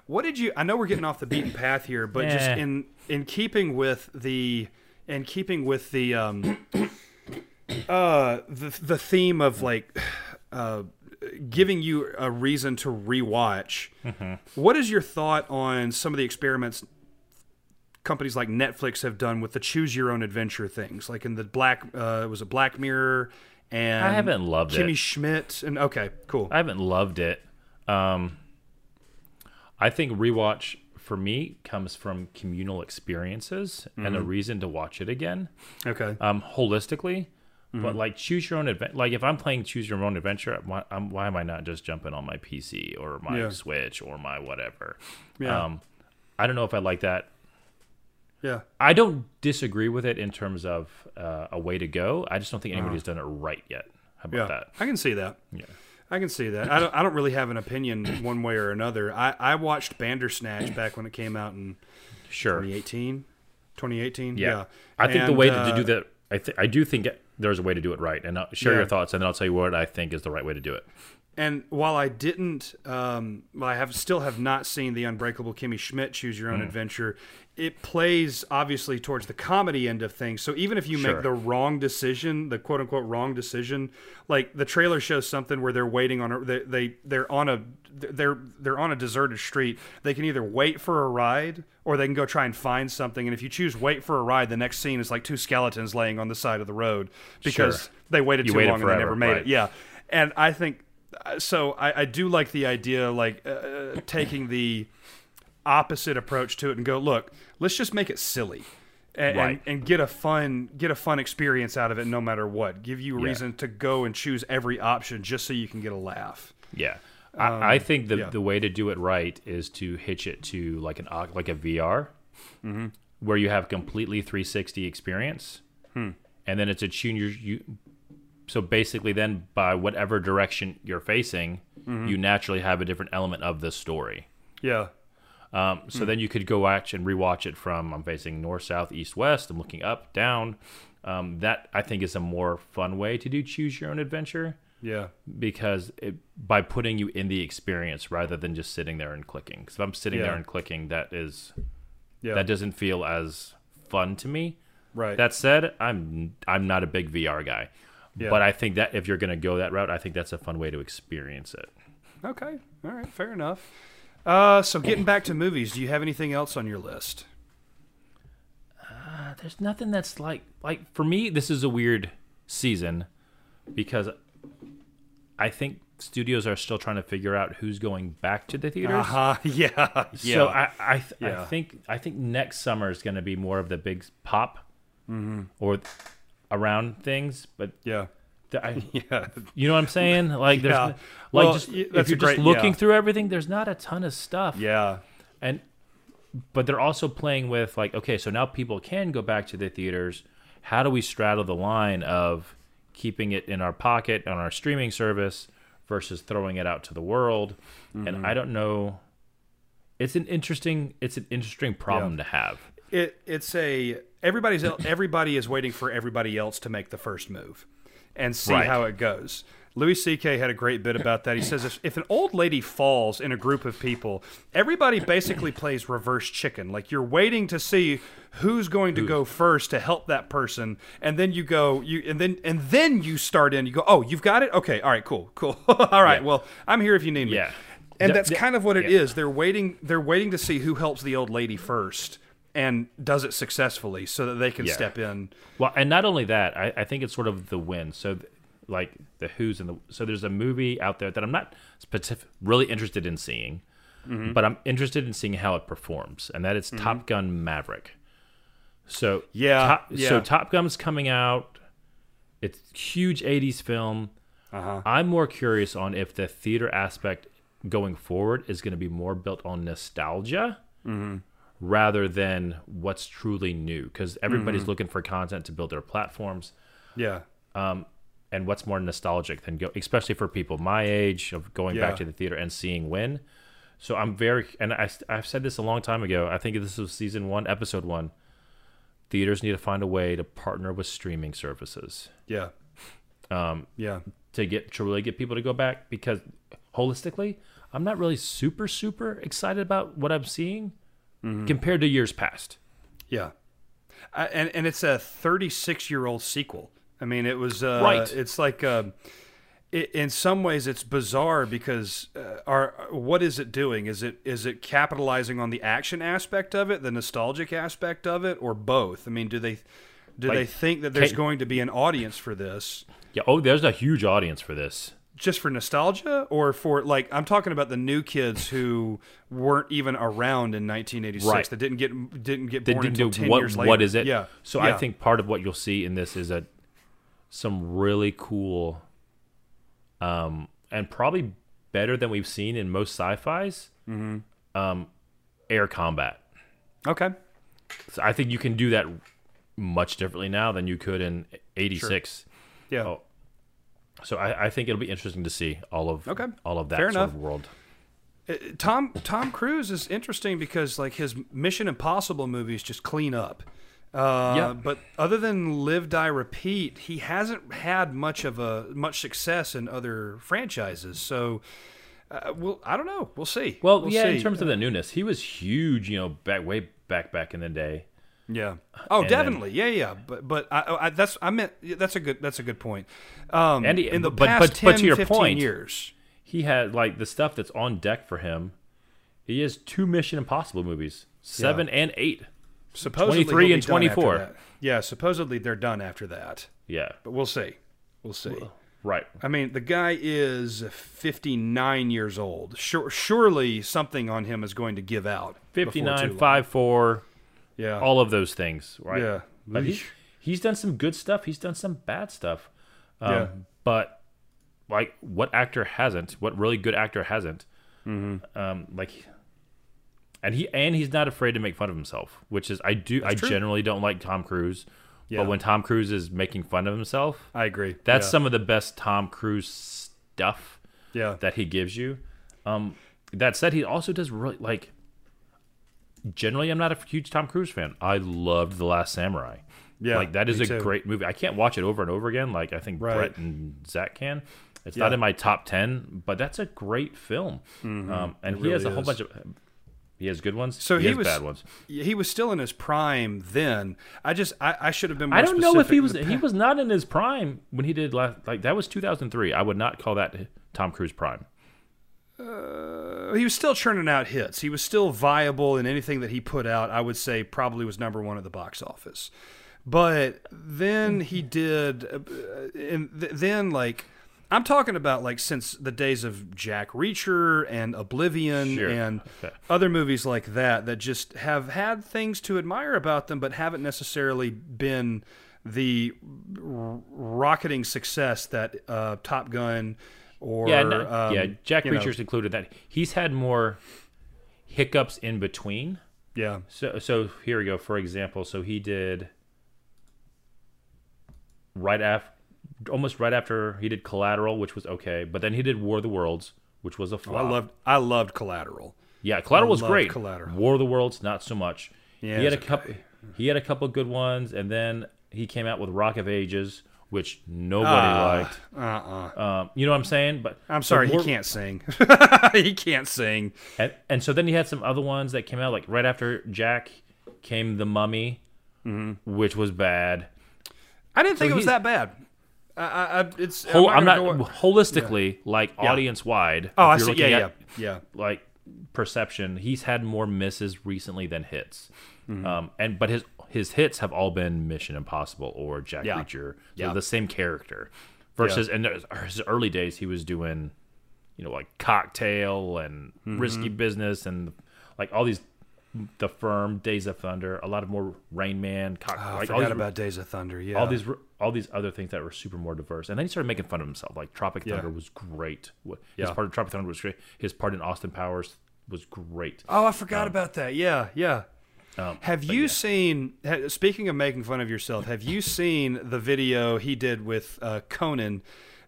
Speaker 2: What did you? I know we're getting off the beaten path here, but just
Speaker 3: Eh.
Speaker 2: in in keeping with the in keeping with the um uh the the theme of like uh giving you a reason to rewatch.
Speaker 3: Mm-hmm.
Speaker 2: what is your thought on some of the experiments companies like Netflix have done with the choose your own adventure things, like in the Black uh it was a Black Mirror and
Speaker 3: I haven't loved it.
Speaker 2: Kimmy Schmidt and okay, cool.
Speaker 3: I haven't loved it. Um, I think rewatch for me comes from communal experiences and
Speaker 2: Mm-hmm.
Speaker 3: a reason to watch it again,
Speaker 2: Okay.
Speaker 3: um, holistically. But
Speaker 2: Mm-hmm.
Speaker 3: like choose your own adventure. Like if I'm playing choose your own adventure, why, I'm, why am I not just jumping on my PC or my
Speaker 2: Yeah.
Speaker 3: Switch or my whatever?
Speaker 2: Yeah.
Speaker 3: Um, I don't know if I like that
Speaker 2: yeah.
Speaker 3: I don't disagree with it in terms of uh, a way to go. I just don't think anybody's done it right yet. How about
Speaker 2: Uh-huh. Yeah,
Speaker 3: that?
Speaker 2: I can see that. Yeah, I can see that. I don't. I don't really have an opinion one way or another. I I watched Bandersnatch back when it came out in
Speaker 3: Sure.
Speaker 2: 2018. 2018. Yeah,
Speaker 3: Yeah. I think the
Speaker 2: And,
Speaker 3: way
Speaker 2: uh,
Speaker 3: to do that, I, th- I do think there's a way to do it right. And I'll share
Speaker 2: Yeah.
Speaker 3: your thoughts, and then I'll tell you what I think is the right way to do it.
Speaker 2: And while I didn't, um, well, I have still have not seen the Unbreakable Kimmy Schmidt Choose Your Own
Speaker 3: Mm.
Speaker 2: Adventure. It plays obviously towards the comedy end of things. So even if you
Speaker 3: Sure.
Speaker 2: make the wrong decision, the quote unquote wrong decision, like the trailer shows something where they're waiting on a they, they they're on a they're they're on a deserted street. They can either wait for a ride or they can go try and find something. And if you choose wait for a ride, the next scene is like two skeletons laying on the side of the road because
Speaker 3: Sure.
Speaker 2: they waited
Speaker 3: You
Speaker 2: too
Speaker 3: waited
Speaker 2: long and they
Speaker 3: forever,
Speaker 2: never made
Speaker 3: right.
Speaker 2: it. Yeah, and I think uh, so. I, I do like the idea, like uh, taking the opposite approach to it and go, look, let's just make it silly. And,
Speaker 3: Right.
Speaker 2: and, and get a fun get a fun experience out of it no matter what. Give you a reason to go and choose every option just so you can get a laugh.
Speaker 3: Yeah. I, I think the,
Speaker 2: Um, yeah.
Speaker 3: the way to do it right is to hitch it to like an oc- like a VR,
Speaker 2: Mm-hmm.
Speaker 3: where you have completely 360 experience,
Speaker 2: Hmm.
Speaker 3: and then it's a tune you, you. So basically, then by whatever direction you're facing,
Speaker 2: Mm-hmm.
Speaker 3: you naturally have a different element of the story.
Speaker 2: Yeah.
Speaker 3: Um, so then you could go watch and rewatch it from I'm facing north, south, east, west. I'm looking up, down. Um, that I think is a more fun way to do choose your own adventure
Speaker 2: Yeah.
Speaker 3: because it, by putting you in the experience rather than just sitting there and clicking. Because if I'm sitting
Speaker 2: Yeah.
Speaker 3: there and clicking, that is
Speaker 2: Yeah.
Speaker 3: that doesn't feel as fun to me.
Speaker 2: right.
Speaker 3: That said, I'm I'm not a big VR guy,
Speaker 2: Yeah.
Speaker 3: but I think that if you're gonna go that route, I think that's a fun way to experience it.
Speaker 2: okay. All right. Fair enough. Uh, so getting back to movies, do you have anything else on your list?
Speaker 3: there's nothing that's like like for me this is a weird season because i think studios are still trying to figure out who's going back to the theaters
Speaker 2: Uh-huh. Yeah. Yeah.
Speaker 3: so i i, th-
Speaker 2: Yeah.
Speaker 3: I think i think next summer is going to be more of the big pop
Speaker 2: Mm-hmm.
Speaker 3: or th- around things but
Speaker 2: yeah.
Speaker 3: th- I,
Speaker 2: Yeah.
Speaker 3: you know what i'm saying like there's
Speaker 2: Yeah.
Speaker 3: n- like
Speaker 2: Well,
Speaker 3: just
Speaker 2: y-
Speaker 3: if
Speaker 2: that's a
Speaker 3: you're
Speaker 2: great-
Speaker 3: just looking
Speaker 2: yeah.
Speaker 3: through everything there's not a ton of stuff
Speaker 2: Yeah.
Speaker 3: and but they're also playing with like okay so now people can go back to the theaters how do we straddle the line of keeping it in our pocket on our streaming service versus throwing it out to the world and i don't know it's an interesting it's an interesting problem to have
Speaker 2: it it's a everybody's el- everybody is waiting for everybody else to make the first move and see
Speaker 3: Right.
Speaker 2: how it goes. Louis C.K. had a great bit about that. He says if, if an old lady falls in a group of people, everybody basically plays reverse chicken. Like you're waiting to see who's going to go first to help that person, and then you go you and then and then you start in. You go, oh, you've got it. Okay, all right, cool, cool. all right, well, I'm here if you need me.
Speaker 3: Yeah.
Speaker 2: And
Speaker 3: Th-
Speaker 2: that's
Speaker 3: th-
Speaker 2: kind of what it
Speaker 3: yeah.
Speaker 2: is. They're waiting. They're waiting to see who helps the old lady first and does it successfully, so that they can
Speaker 3: Yeah.
Speaker 2: step in.
Speaker 3: well and not only that i, I think it's sort of the win so th- like the who's and the so there's a movie out there that I'm not specific, really interested in seeing,
Speaker 2: Mm-hmm.
Speaker 3: but I'm interested in seeing how it performs, and that is Top Gun Maverick. So
Speaker 2: Yeah,
Speaker 3: Top,
Speaker 2: yeah.
Speaker 3: so Top Gun's coming out. It's a huge '80s film.
Speaker 2: Uh-huh.
Speaker 3: I'm more curious on if the theater aspect going forward is going to be more built on nostalgia rather than what's truly new, because everybody's looking for content to build their platforms
Speaker 2: Yeah.
Speaker 3: and what's more nostalgic than go especially for people my age of going
Speaker 2: Yeah.
Speaker 3: back to the theater and seeing when so i'm very and I, i've said this a long time ago i think this was season one episode one theaters need to find a way to partner with streaming services
Speaker 2: Yeah. Um, yeah.
Speaker 3: to get to really get people to go back because holistically i'm not really super super excited about what i'm seeing compared to years past
Speaker 2: Yeah. I, and and it's a 36 year old sequel. I mean, it was uh,
Speaker 3: Right.
Speaker 2: It's like um, i in some ways it's bizarre because uh, our what is it doing? Is it is it capitalizing on the action aspect of it, the nostalgic aspect of it, or both? I mean, do they do they think that there's
Speaker 3: can-
Speaker 2: going to be an audience for this?
Speaker 3: yeah oh there's a huge audience for this
Speaker 2: just for nostalgia or for like I'm talking about the new kids who weren't even around in 1986
Speaker 3: Right.
Speaker 2: that didn't get didn't get
Speaker 3: they
Speaker 2: born
Speaker 3: didn't
Speaker 2: until
Speaker 3: do
Speaker 2: 10
Speaker 3: what
Speaker 2: years later.
Speaker 3: what is it
Speaker 2: Yeah.
Speaker 3: so
Speaker 2: Yeah.
Speaker 3: i think part of what you'll see in this is a some really cool um and probably better than we've seen in most sci-fis um
Speaker 2: Mm-hmm.
Speaker 3: air combat
Speaker 2: okay.
Speaker 3: so i think you can do that much differently now than you could in 86
Speaker 2: Yeah.
Speaker 3: Oh, so I, I think it'll be interesting to see all of
Speaker 2: Okay.
Speaker 3: all of that
Speaker 2: Fair
Speaker 3: sort
Speaker 2: enough.
Speaker 3: of world
Speaker 2: Uh, Tom Tom Cruise is interesting because like his Mission Impossible movies just clean up. Uh,
Speaker 3: Yeah.
Speaker 2: But other than Live Die Repeat, he hasn't had much of a much success in other franchises. So, uh, we'll I don't know. We'll see.
Speaker 3: well,
Speaker 2: We'll
Speaker 3: yeah in
Speaker 2: see.
Speaker 3: terms of the newness he was huge you know back way back back in the day
Speaker 2: Yeah. Oh,
Speaker 3: then-
Speaker 2: definitely. yeah, yeah. But but I, I that's I meant yeah, that's a good that's a good point. Um,
Speaker 3: And he-
Speaker 2: in the
Speaker 3: but-
Speaker 2: past
Speaker 3: but-
Speaker 2: 10,
Speaker 3: but to your
Speaker 2: 15
Speaker 3: point-
Speaker 2: years.
Speaker 3: he had like the stuff that's on deck for him. He has two Mission Impossible movies, seven and eight.
Speaker 2: Supposedly
Speaker 3: 23
Speaker 2: he'll be
Speaker 3: and
Speaker 2: done after
Speaker 3: 24.
Speaker 2: that. Yeah, supposedly they're done after that.
Speaker 3: Yeah,
Speaker 2: But we'll see. We'll see.
Speaker 3: right.
Speaker 2: I mean, the guy is 59 years old. Sure, surely something on him is going to give out. before too
Speaker 3: 59,
Speaker 2: long.
Speaker 3: 5, 4,
Speaker 2: Yeah.
Speaker 3: all of those things, right?
Speaker 2: Yeah.
Speaker 3: But he, he's done some good stuff. He's done some bad stuff. Um,
Speaker 2: Yeah.
Speaker 3: But, like, what actor hasn't? What really good actor hasn't?
Speaker 2: Mm-hmm.
Speaker 3: Um, like, and he and he's not afraid to make fun of himself, which is I do. I
Speaker 2: true.
Speaker 3: generally don't like Tom Cruise,
Speaker 2: Yeah.
Speaker 3: but when Tom Cruise is making fun of himself,
Speaker 2: I agree.
Speaker 3: That's
Speaker 2: yeah.
Speaker 3: some of the best Tom Cruise stuff
Speaker 2: Yeah.
Speaker 3: that he gives you. Um, that said, he also does really like. Generally, I'm not a huge Tom Cruise fan. I loved The Last Samurai.
Speaker 2: Yeah,
Speaker 3: like that is
Speaker 2: me
Speaker 3: a
Speaker 2: too.
Speaker 3: great movie. I can't watch it over and over again. Like I think
Speaker 2: Right.
Speaker 3: Brett and Zach can. It's not in my top ten, but that's a great film. Um, and he has a
Speaker 2: Mm-hmm. really
Speaker 3: whole
Speaker 2: is.
Speaker 3: bunch of. He has good ones.
Speaker 2: So
Speaker 3: he,
Speaker 2: he
Speaker 3: has
Speaker 2: was-
Speaker 3: bad ones.
Speaker 2: he was still in his prime then. I just I, I should have been. More
Speaker 3: I don't know if
Speaker 2: specific
Speaker 3: he
Speaker 2: in
Speaker 3: was.
Speaker 2: the
Speaker 3: He was not in his prime when he did last. Like that was 2003. I would not call that Tom Cruise prime.
Speaker 2: he was still churning out hits. He was still viable in anything that he put out. I would say probably was number one at the box office. But
Speaker 3: Mm-hmm.
Speaker 2: then he did, uh, and th- then like I'm talking about like since the days of Jack Reacher and Oblivion
Speaker 3: Sure.
Speaker 2: and
Speaker 3: Okay.
Speaker 2: other movies like that that just have had things to admire about them, but haven't necessarily been the r- rocketing success that uh, Top Gun or
Speaker 3: yeah, no,
Speaker 2: um,
Speaker 3: yeah. Jack
Speaker 2: you know,
Speaker 3: Reacher's included that. He's had more hiccups in between.
Speaker 2: yeah.
Speaker 3: So, so here we go. For example, so he did right after, almost right after he did Collateral, which was okay, but then he did War of the Worlds, which was a flop.
Speaker 2: Oh, I loved I loved Collateral.
Speaker 3: yeah, Collateral
Speaker 2: I
Speaker 3: was
Speaker 2: loved
Speaker 3: great.
Speaker 2: Collateral.
Speaker 3: War of the Worlds, not so much.
Speaker 2: Yeah,
Speaker 3: he had a
Speaker 2: it's
Speaker 3: couple. He had a couple good ones, and then he came out with Rock of Ages, which nobody liked.
Speaker 2: Uh uh-uh. uh.
Speaker 3: Um, you know what I'm saying? But
Speaker 2: i am sorry,
Speaker 3: but
Speaker 2: he
Speaker 3: War-
Speaker 2: can't sing. he can't sing.
Speaker 3: And, and so then he had some other ones that came out like right after Jack came the Mummy, which was bad.
Speaker 2: I didn't think it was
Speaker 3: he's-
Speaker 2: that bad. I, I, I it's
Speaker 3: Hol- I'm not,
Speaker 2: gonna go-
Speaker 3: holistically like audience wide.
Speaker 2: oh, I see. Yeah, yeah, yeah.
Speaker 3: Like perception, he's had more misses recently than hits.
Speaker 2: Mm-hmm.
Speaker 3: Um, and but his his hits have all been Mission Impossible or Jack
Speaker 2: Yeah.
Speaker 3: Reacher, so
Speaker 2: Yeah.
Speaker 3: the same character. Versus and there's- his early days, he was doing, you know, like cocktail and
Speaker 2: Mm-hmm.
Speaker 3: risky business and like all these, the firm, Days of Thunder, a lot of more Rain Man, cock,
Speaker 2: Oh, I
Speaker 3: like all
Speaker 2: forgot
Speaker 3: these,
Speaker 2: about Days of Thunder. Yeah.
Speaker 3: all these all these other things that were super more diverse. And then he started making fun of himself. Like Tropic
Speaker 2: Yeah.
Speaker 3: Thunder was great. What- His
Speaker 2: Yeah.
Speaker 3: part of Tropic Thunder was great. His part in Austin Powers was great.
Speaker 2: Oh, I forgot about that. Yeah, yeah. have you seen? Ha, speaking of making fun of yourself, have you seen the video he did with uh, Conan?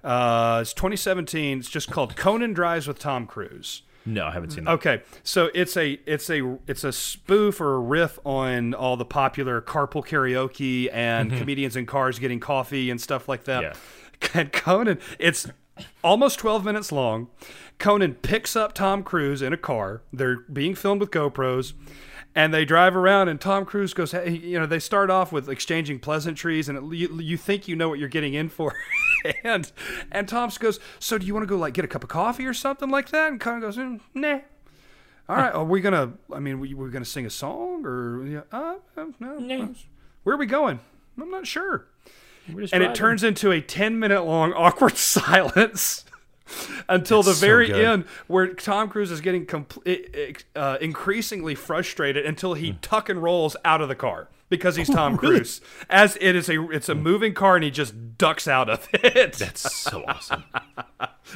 Speaker 2: Uh, it's 2017. It's just called Conan Drives with Tom Cruise.
Speaker 3: No, I haven't seen that.
Speaker 2: Okay, so it's a it's a it's a spoof or a riff on all the popular carpool karaoke and comedians in cars getting coffee and stuff like that.
Speaker 3: Yeah.
Speaker 2: And Conan, it's almost 12 minutes long. Conan picks up Tom Cruise in a car. They're being filmed with GoPros. And they drive around, and Tom Cruise goes, hey, you know, they start off with exchanging pleasantries, and it, you, you think you know what you're getting in for. and and Tom goes, So do you want to go, like, get a cup of coffee or something like that? And Conan goes, "Mm, Nah. All right, are we gonna? I mean, we, we're gonna sing a song, or yeah, uh, uh, no? Where are we going? I'm not sure.
Speaker 3: We're just
Speaker 2: And it
Speaker 3: riding.
Speaker 2: turns into a 10 minute long awkward silence until the very
Speaker 3: good.
Speaker 2: end, where Tom Cruise is getting compl- i- i- uh, increasingly frustrated until
Speaker 3: Hmm.
Speaker 2: he tuck and rolls out of the car because
Speaker 3: Oh,
Speaker 2: he's Tom Cruise. As it is a, it's a moving car, and he just ducks out of it.
Speaker 3: Hmm. That's so awesome.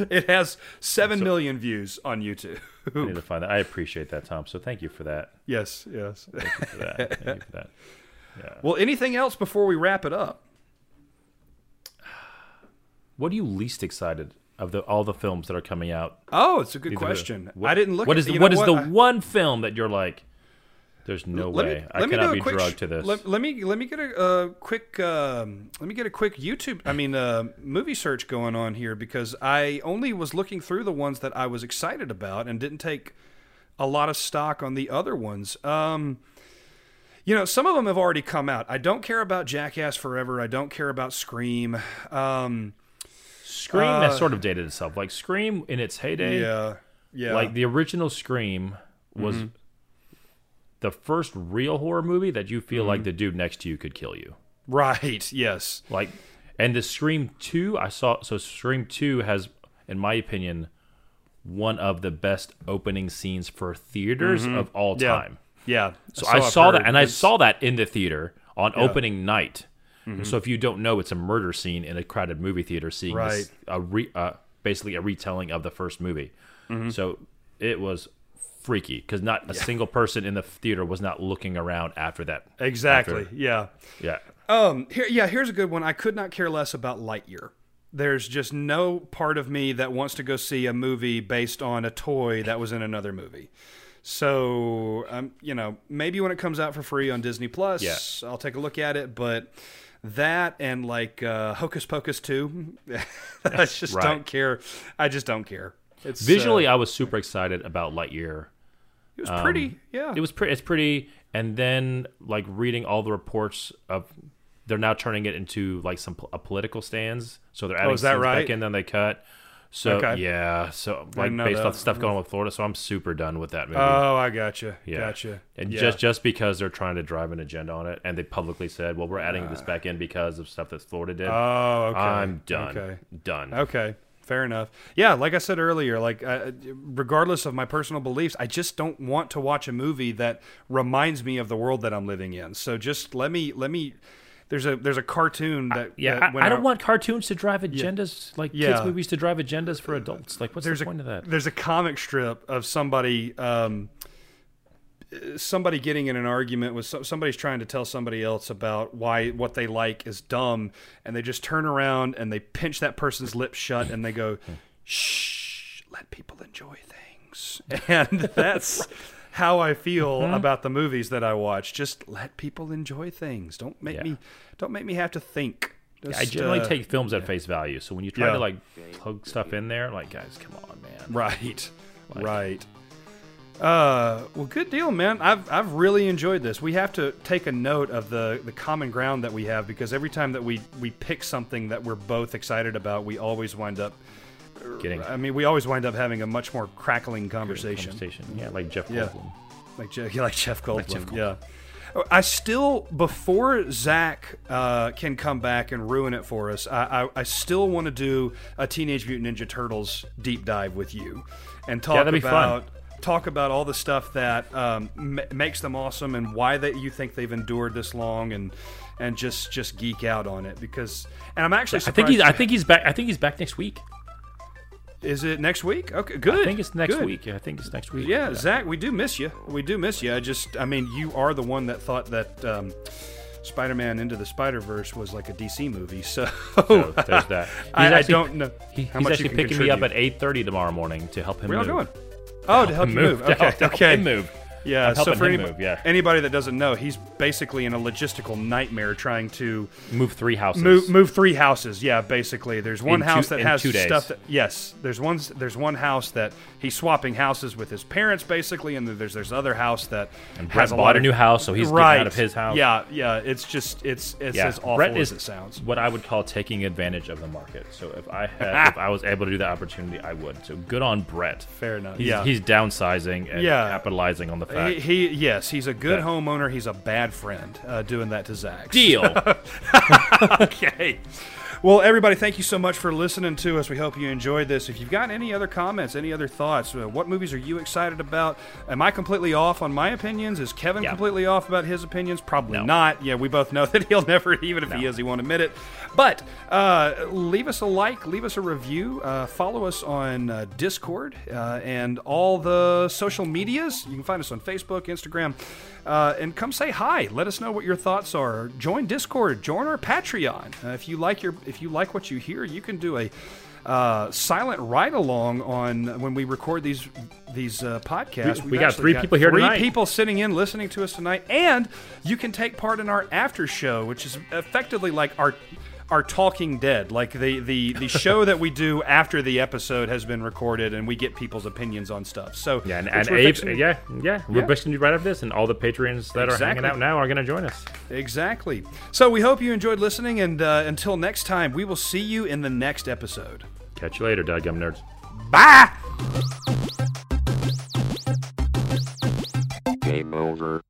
Speaker 2: it has seven million views on YouTube.
Speaker 3: I need to find that. I appreciate that, Tom. So thank you for that.
Speaker 2: yes, yes.
Speaker 3: For that. Thank you for that.
Speaker 2: Well, anything else before we wrap it up?
Speaker 3: What are you least excited of the all the films that are coming out?
Speaker 2: Oh, it's a good question.
Speaker 3: What-
Speaker 2: I didn't look.
Speaker 3: What
Speaker 2: at,
Speaker 3: is the,
Speaker 2: you know
Speaker 3: what is the
Speaker 2: I-
Speaker 3: one film that you're like? There's no
Speaker 2: let
Speaker 3: way
Speaker 2: me,
Speaker 3: I
Speaker 2: let me do
Speaker 3: cannot
Speaker 2: a
Speaker 3: be
Speaker 2: quick,
Speaker 3: drugged to this.
Speaker 2: Let, let me let me get a uh, quick um, let me get a quick YouTube. I mean, uh, movie search going on here because I only was looking through the ones that I was excited about and didn't take a lot of stock on the other ones. Um, you know, some of them have already come out. I don't care about Jackass Forever. I don't care about Scream. Um,
Speaker 3: Scream has sort of dated itself. Like Scream in its heyday,
Speaker 2: uh, yeah, yeah, Mm-hmm.
Speaker 3: like the original Scream was the first real horror movie that you feel
Speaker 2: Mm-hmm.
Speaker 3: like the dude next to you could kill you.
Speaker 2: right. Yes.
Speaker 3: Like, and the Scream Two, I saw. So Scream Two has, in my opinion, one of the best opening scenes for theaters of all
Speaker 2: Mm-hmm. Yeah.
Speaker 3: time.
Speaker 2: Yeah.
Speaker 3: So I saw that, and I
Speaker 2: It's-
Speaker 3: saw that in the theater on opening night. So if you don't know, it's a murder scene in a crowded movie theater, seeing this, a re, uh, basically a retelling of the first movie. So it was freaky because not a single person in the theater was not looking around after that.
Speaker 2: exactly. Yeah.
Speaker 3: Yeah,
Speaker 2: Um, here, yeah, here's a good one. I could not care less about Lightyear. There's just no part of me that wants to go see a movie based on a toy that was in another movie. So, um, you know, maybe when it comes out for free on Disney Plus,
Speaker 3: Yeah.
Speaker 2: I'll take a look at it. But that and like uh, Hocus Pocus 2, I just
Speaker 3: Right.
Speaker 2: don't care. I just don't care. It's uh,
Speaker 3: visually, I was super excited about Lightyear.
Speaker 2: it was pretty. yeah,
Speaker 3: um, It was pretty. It's pretty. And then like reading all the reports of, they're now turning it into like some pol- a political stands. So they're adding
Speaker 2: Oh, is that
Speaker 3: scenes
Speaker 2: right?
Speaker 3: back in, then they cut. So
Speaker 2: Okay.
Speaker 3: yeah, so like
Speaker 2: know
Speaker 3: based
Speaker 2: that.
Speaker 3: off the stuff going on with Florida, so I'm super done with that movie.
Speaker 2: Oh, I gotcha.
Speaker 3: Yeah.
Speaker 2: Gotcha.
Speaker 3: And
Speaker 2: Yeah.
Speaker 3: just just because they're trying to drive an agenda on it, and they publicly said, "Well, we're adding this back in because of stuff that Florida did."
Speaker 2: Uh. Oh, okay.
Speaker 3: I'm done.
Speaker 2: Okay.
Speaker 3: Done.
Speaker 2: Okay, fair enough. Yeah, like I said earlier, like uh, regardless of my personal beliefs, I just don't want to watch a movie that reminds me of the world that I'm living in. So just let me let me. There's a there's a cartoon that
Speaker 3: Yeah,
Speaker 2: that
Speaker 3: I,
Speaker 2: went
Speaker 3: I don't
Speaker 2: out-
Speaker 3: want cartoons to drive agendas like
Speaker 2: Yeah.
Speaker 3: kids movies to drive agendas for adults. Like, what's
Speaker 2: There's
Speaker 3: the
Speaker 2: a
Speaker 3: point of that?
Speaker 2: there's a comic strip of somebody. Um, somebody getting in an argument with so- somebody's trying to tell somebody else about why what they like is dumb and they just turn around and they pinch that person's lips shut and they go shh let people enjoy things and that's how i feel
Speaker 3: Mm-hmm.
Speaker 2: about the movies that i watch just let people enjoy things don't make
Speaker 3: Yeah.
Speaker 2: me don't make me have to think
Speaker 3: I
Speaker 2: Just,
Speaker 3: generally
Speaker 2: uh,
Speaker 3: take films at face value. So when you try
Speaker 2: yeah.
Speaker 3: to like plug stuff in there, like guys, come on, man.
Speaker 2: Right. right. Uh, well, good deal, man. I've, I've really enjoyed this. We have to take a note of the, the common ground that we have because every time that we, we pick something that we're both excited about, we always wind up,
Speaker 3: Getting
Speaker 2: I mean, we always wind up having a much more crackling conversation.
Speaker 3: conversation. Yeah, like Jeff
Speaker 2: Yeah.
Speaker 3: Goldblum.
Speaker 2: Like, Je- like Jeff Goldblum.
Speaker 3: Jeff
Speaker 2: Yeah. Oh, I still before Zach uh, can come back and ruin it for us. I, I, I still want to do a Teenage Mutant Ninja Turtles deep dive with you, and talk
Speaker 3: that'd be fun.
Speaker 2: about talk about all the stuff that um, m- makes them awesome and why that you think they've endured this long and and just just geek out on it because and I'm actually
Speaker 3: I
Speaker 2: surprised
Speaker 3: think he's. I think he's back. I think he's back next week.
Speaker 2: is it next week okay good
Speaker 3: I think it's next
Speaker 2: good.
Speaker 3: week. I think it's next week.
Speaker 2: yeah, Zach, we do miss you. We do miss you. I just, I mean, you are the one that thought that um, Spider-Man Into the Spider-Verse was like a DC movie. So,
Speaker 3: So there's that.
Speaker 2: I,
Speaker 3: He's
Speaker 2: I
Speaker 3: actually-
Speaker 2: don't know
Speaker 3: He,
Speaker 2: how
Speaker 3: he's
Speaker 2: much you
Speaker 3: actually
Speaker 2: can
Speaker 3: picking me up
Speaker 2: contribute.
Speaker 3: at eight thirty tomorrow morning to help him.
Speaker 2: Where y'all
Speaker 3: move.
Speaker 2: going? Oh, to help you move.
Speaker 3: To
Speaker 2: Okay,
Speaker 3: help- to help
Speaker 2: okay.
Speaker 3: him move.
Speaker 2: Yeah.
Speaker 3: I'm
Speaker 2: so
Speaker 3: helping
Speaker 2: for
Speaker 3: him
Speaker 2: any-
Speaker 3: move, yeah.
Speaker 2: anybody that doesn't know, he's basically in a logistical nightmare trying to
Speaker 3: Move three houses.
Speaker 2: move move three houses. Yeah, basically, there's one
Speaker 3: In two-
Speaker 2: house that
Speaker 3: in
Speaker 2: has
Speaker 3: two days.
Speaker 2: stuff. That, yes, there's one there's one house that he's swapping houses with his parents basically, and there's there's other house that
Speaker 3: Brett
Speaker 2: has a
Speaker 3: bought
Speaker 2: lot
Speaker 3: a
Speaker 2: of
Speaker 3: new house, so he's getting
Speaker 2: right
Speaker 3: out of his house.
Speaker 2: Yeah, yeah. It's just it's it's as awful as it sounds.
Speaker 3: What I would call taking advantage of the market. So if I had, if I was able to do that opportunity, I would. So good on Brett.
Speaker 2: Fair enough.
Speaker 3: He's,
Speaker 2: Yeah.
Speaker 3: he's downsizing and
Speaker 2: Yeah.
Speaker 3: capitalizing on the fact.
Speaker 2: He, he yes, he's a good
Speaker 3: Yeah.
Speaker 2: homeowner. He's a bad friend uh, doing that to Zach.
Speaker 3: Deal.
Speaker 2: okay. Well, everybody, thank you so much for listening to us. We hope you enjoyed this. If you've got any other comments, any other thoughts, uh, what movies are you excited about? Am I completely off on my opinions? Is Kevin
Speaker 3: Yeah.
Speaker 2: completely off about his opinions? Probably
Speaker 3: No.
Speaker 2: not. Yeah, we both know that he'll never, even if he
Speaker 3: No.
Speaker 2: is, he won't admit it. But uh, leave us a like, leave us a review, uh, follow us on uh, Discord uh, and all the social medias. You can find us on Facebook, Instagram, uh, and come say hi. Let us know what your thoughts are. Join Discord. Join our Patreon. Uh, if you like your, if you like what you hear, you can do a uh, silent ride along on when we record these these uh, podcasts.
Speaker 3: We- we
Speaker 2: We've
Speaker 3: got
Speaker 2: actually
Speaker 3: three people here
Speaker 2: three
Speaker 3: tonight.
Speaker 2: people people sitting in listening to us tonight and you can take part in our after show which is effectively like our our talking dead like the the the show that we do after the episode has been recorded and we get people's opinions on stuff so
Speaker 3: Yeah, and,
Speaker 2: which
Speaker 3: and
Speaker 2: we're
Speaker 3: Abe,
Speaker 2: fixing-
Speaker 3: yeah, yeah, we're
Speaker 2: Yeah.
Speaker 3: pushing you right after this, and all the patrons that are hanging
Speaker 2: Exactly.
Speaker 3: out now are going to join us.
Speaker 2: exactly so we hope you enjoyed listening and uh, until next time we will see you in the next episode
Speaker 3: Catch you later, Dadgum Nerds.
Speaker 2: bye
Speaker 1: Game over.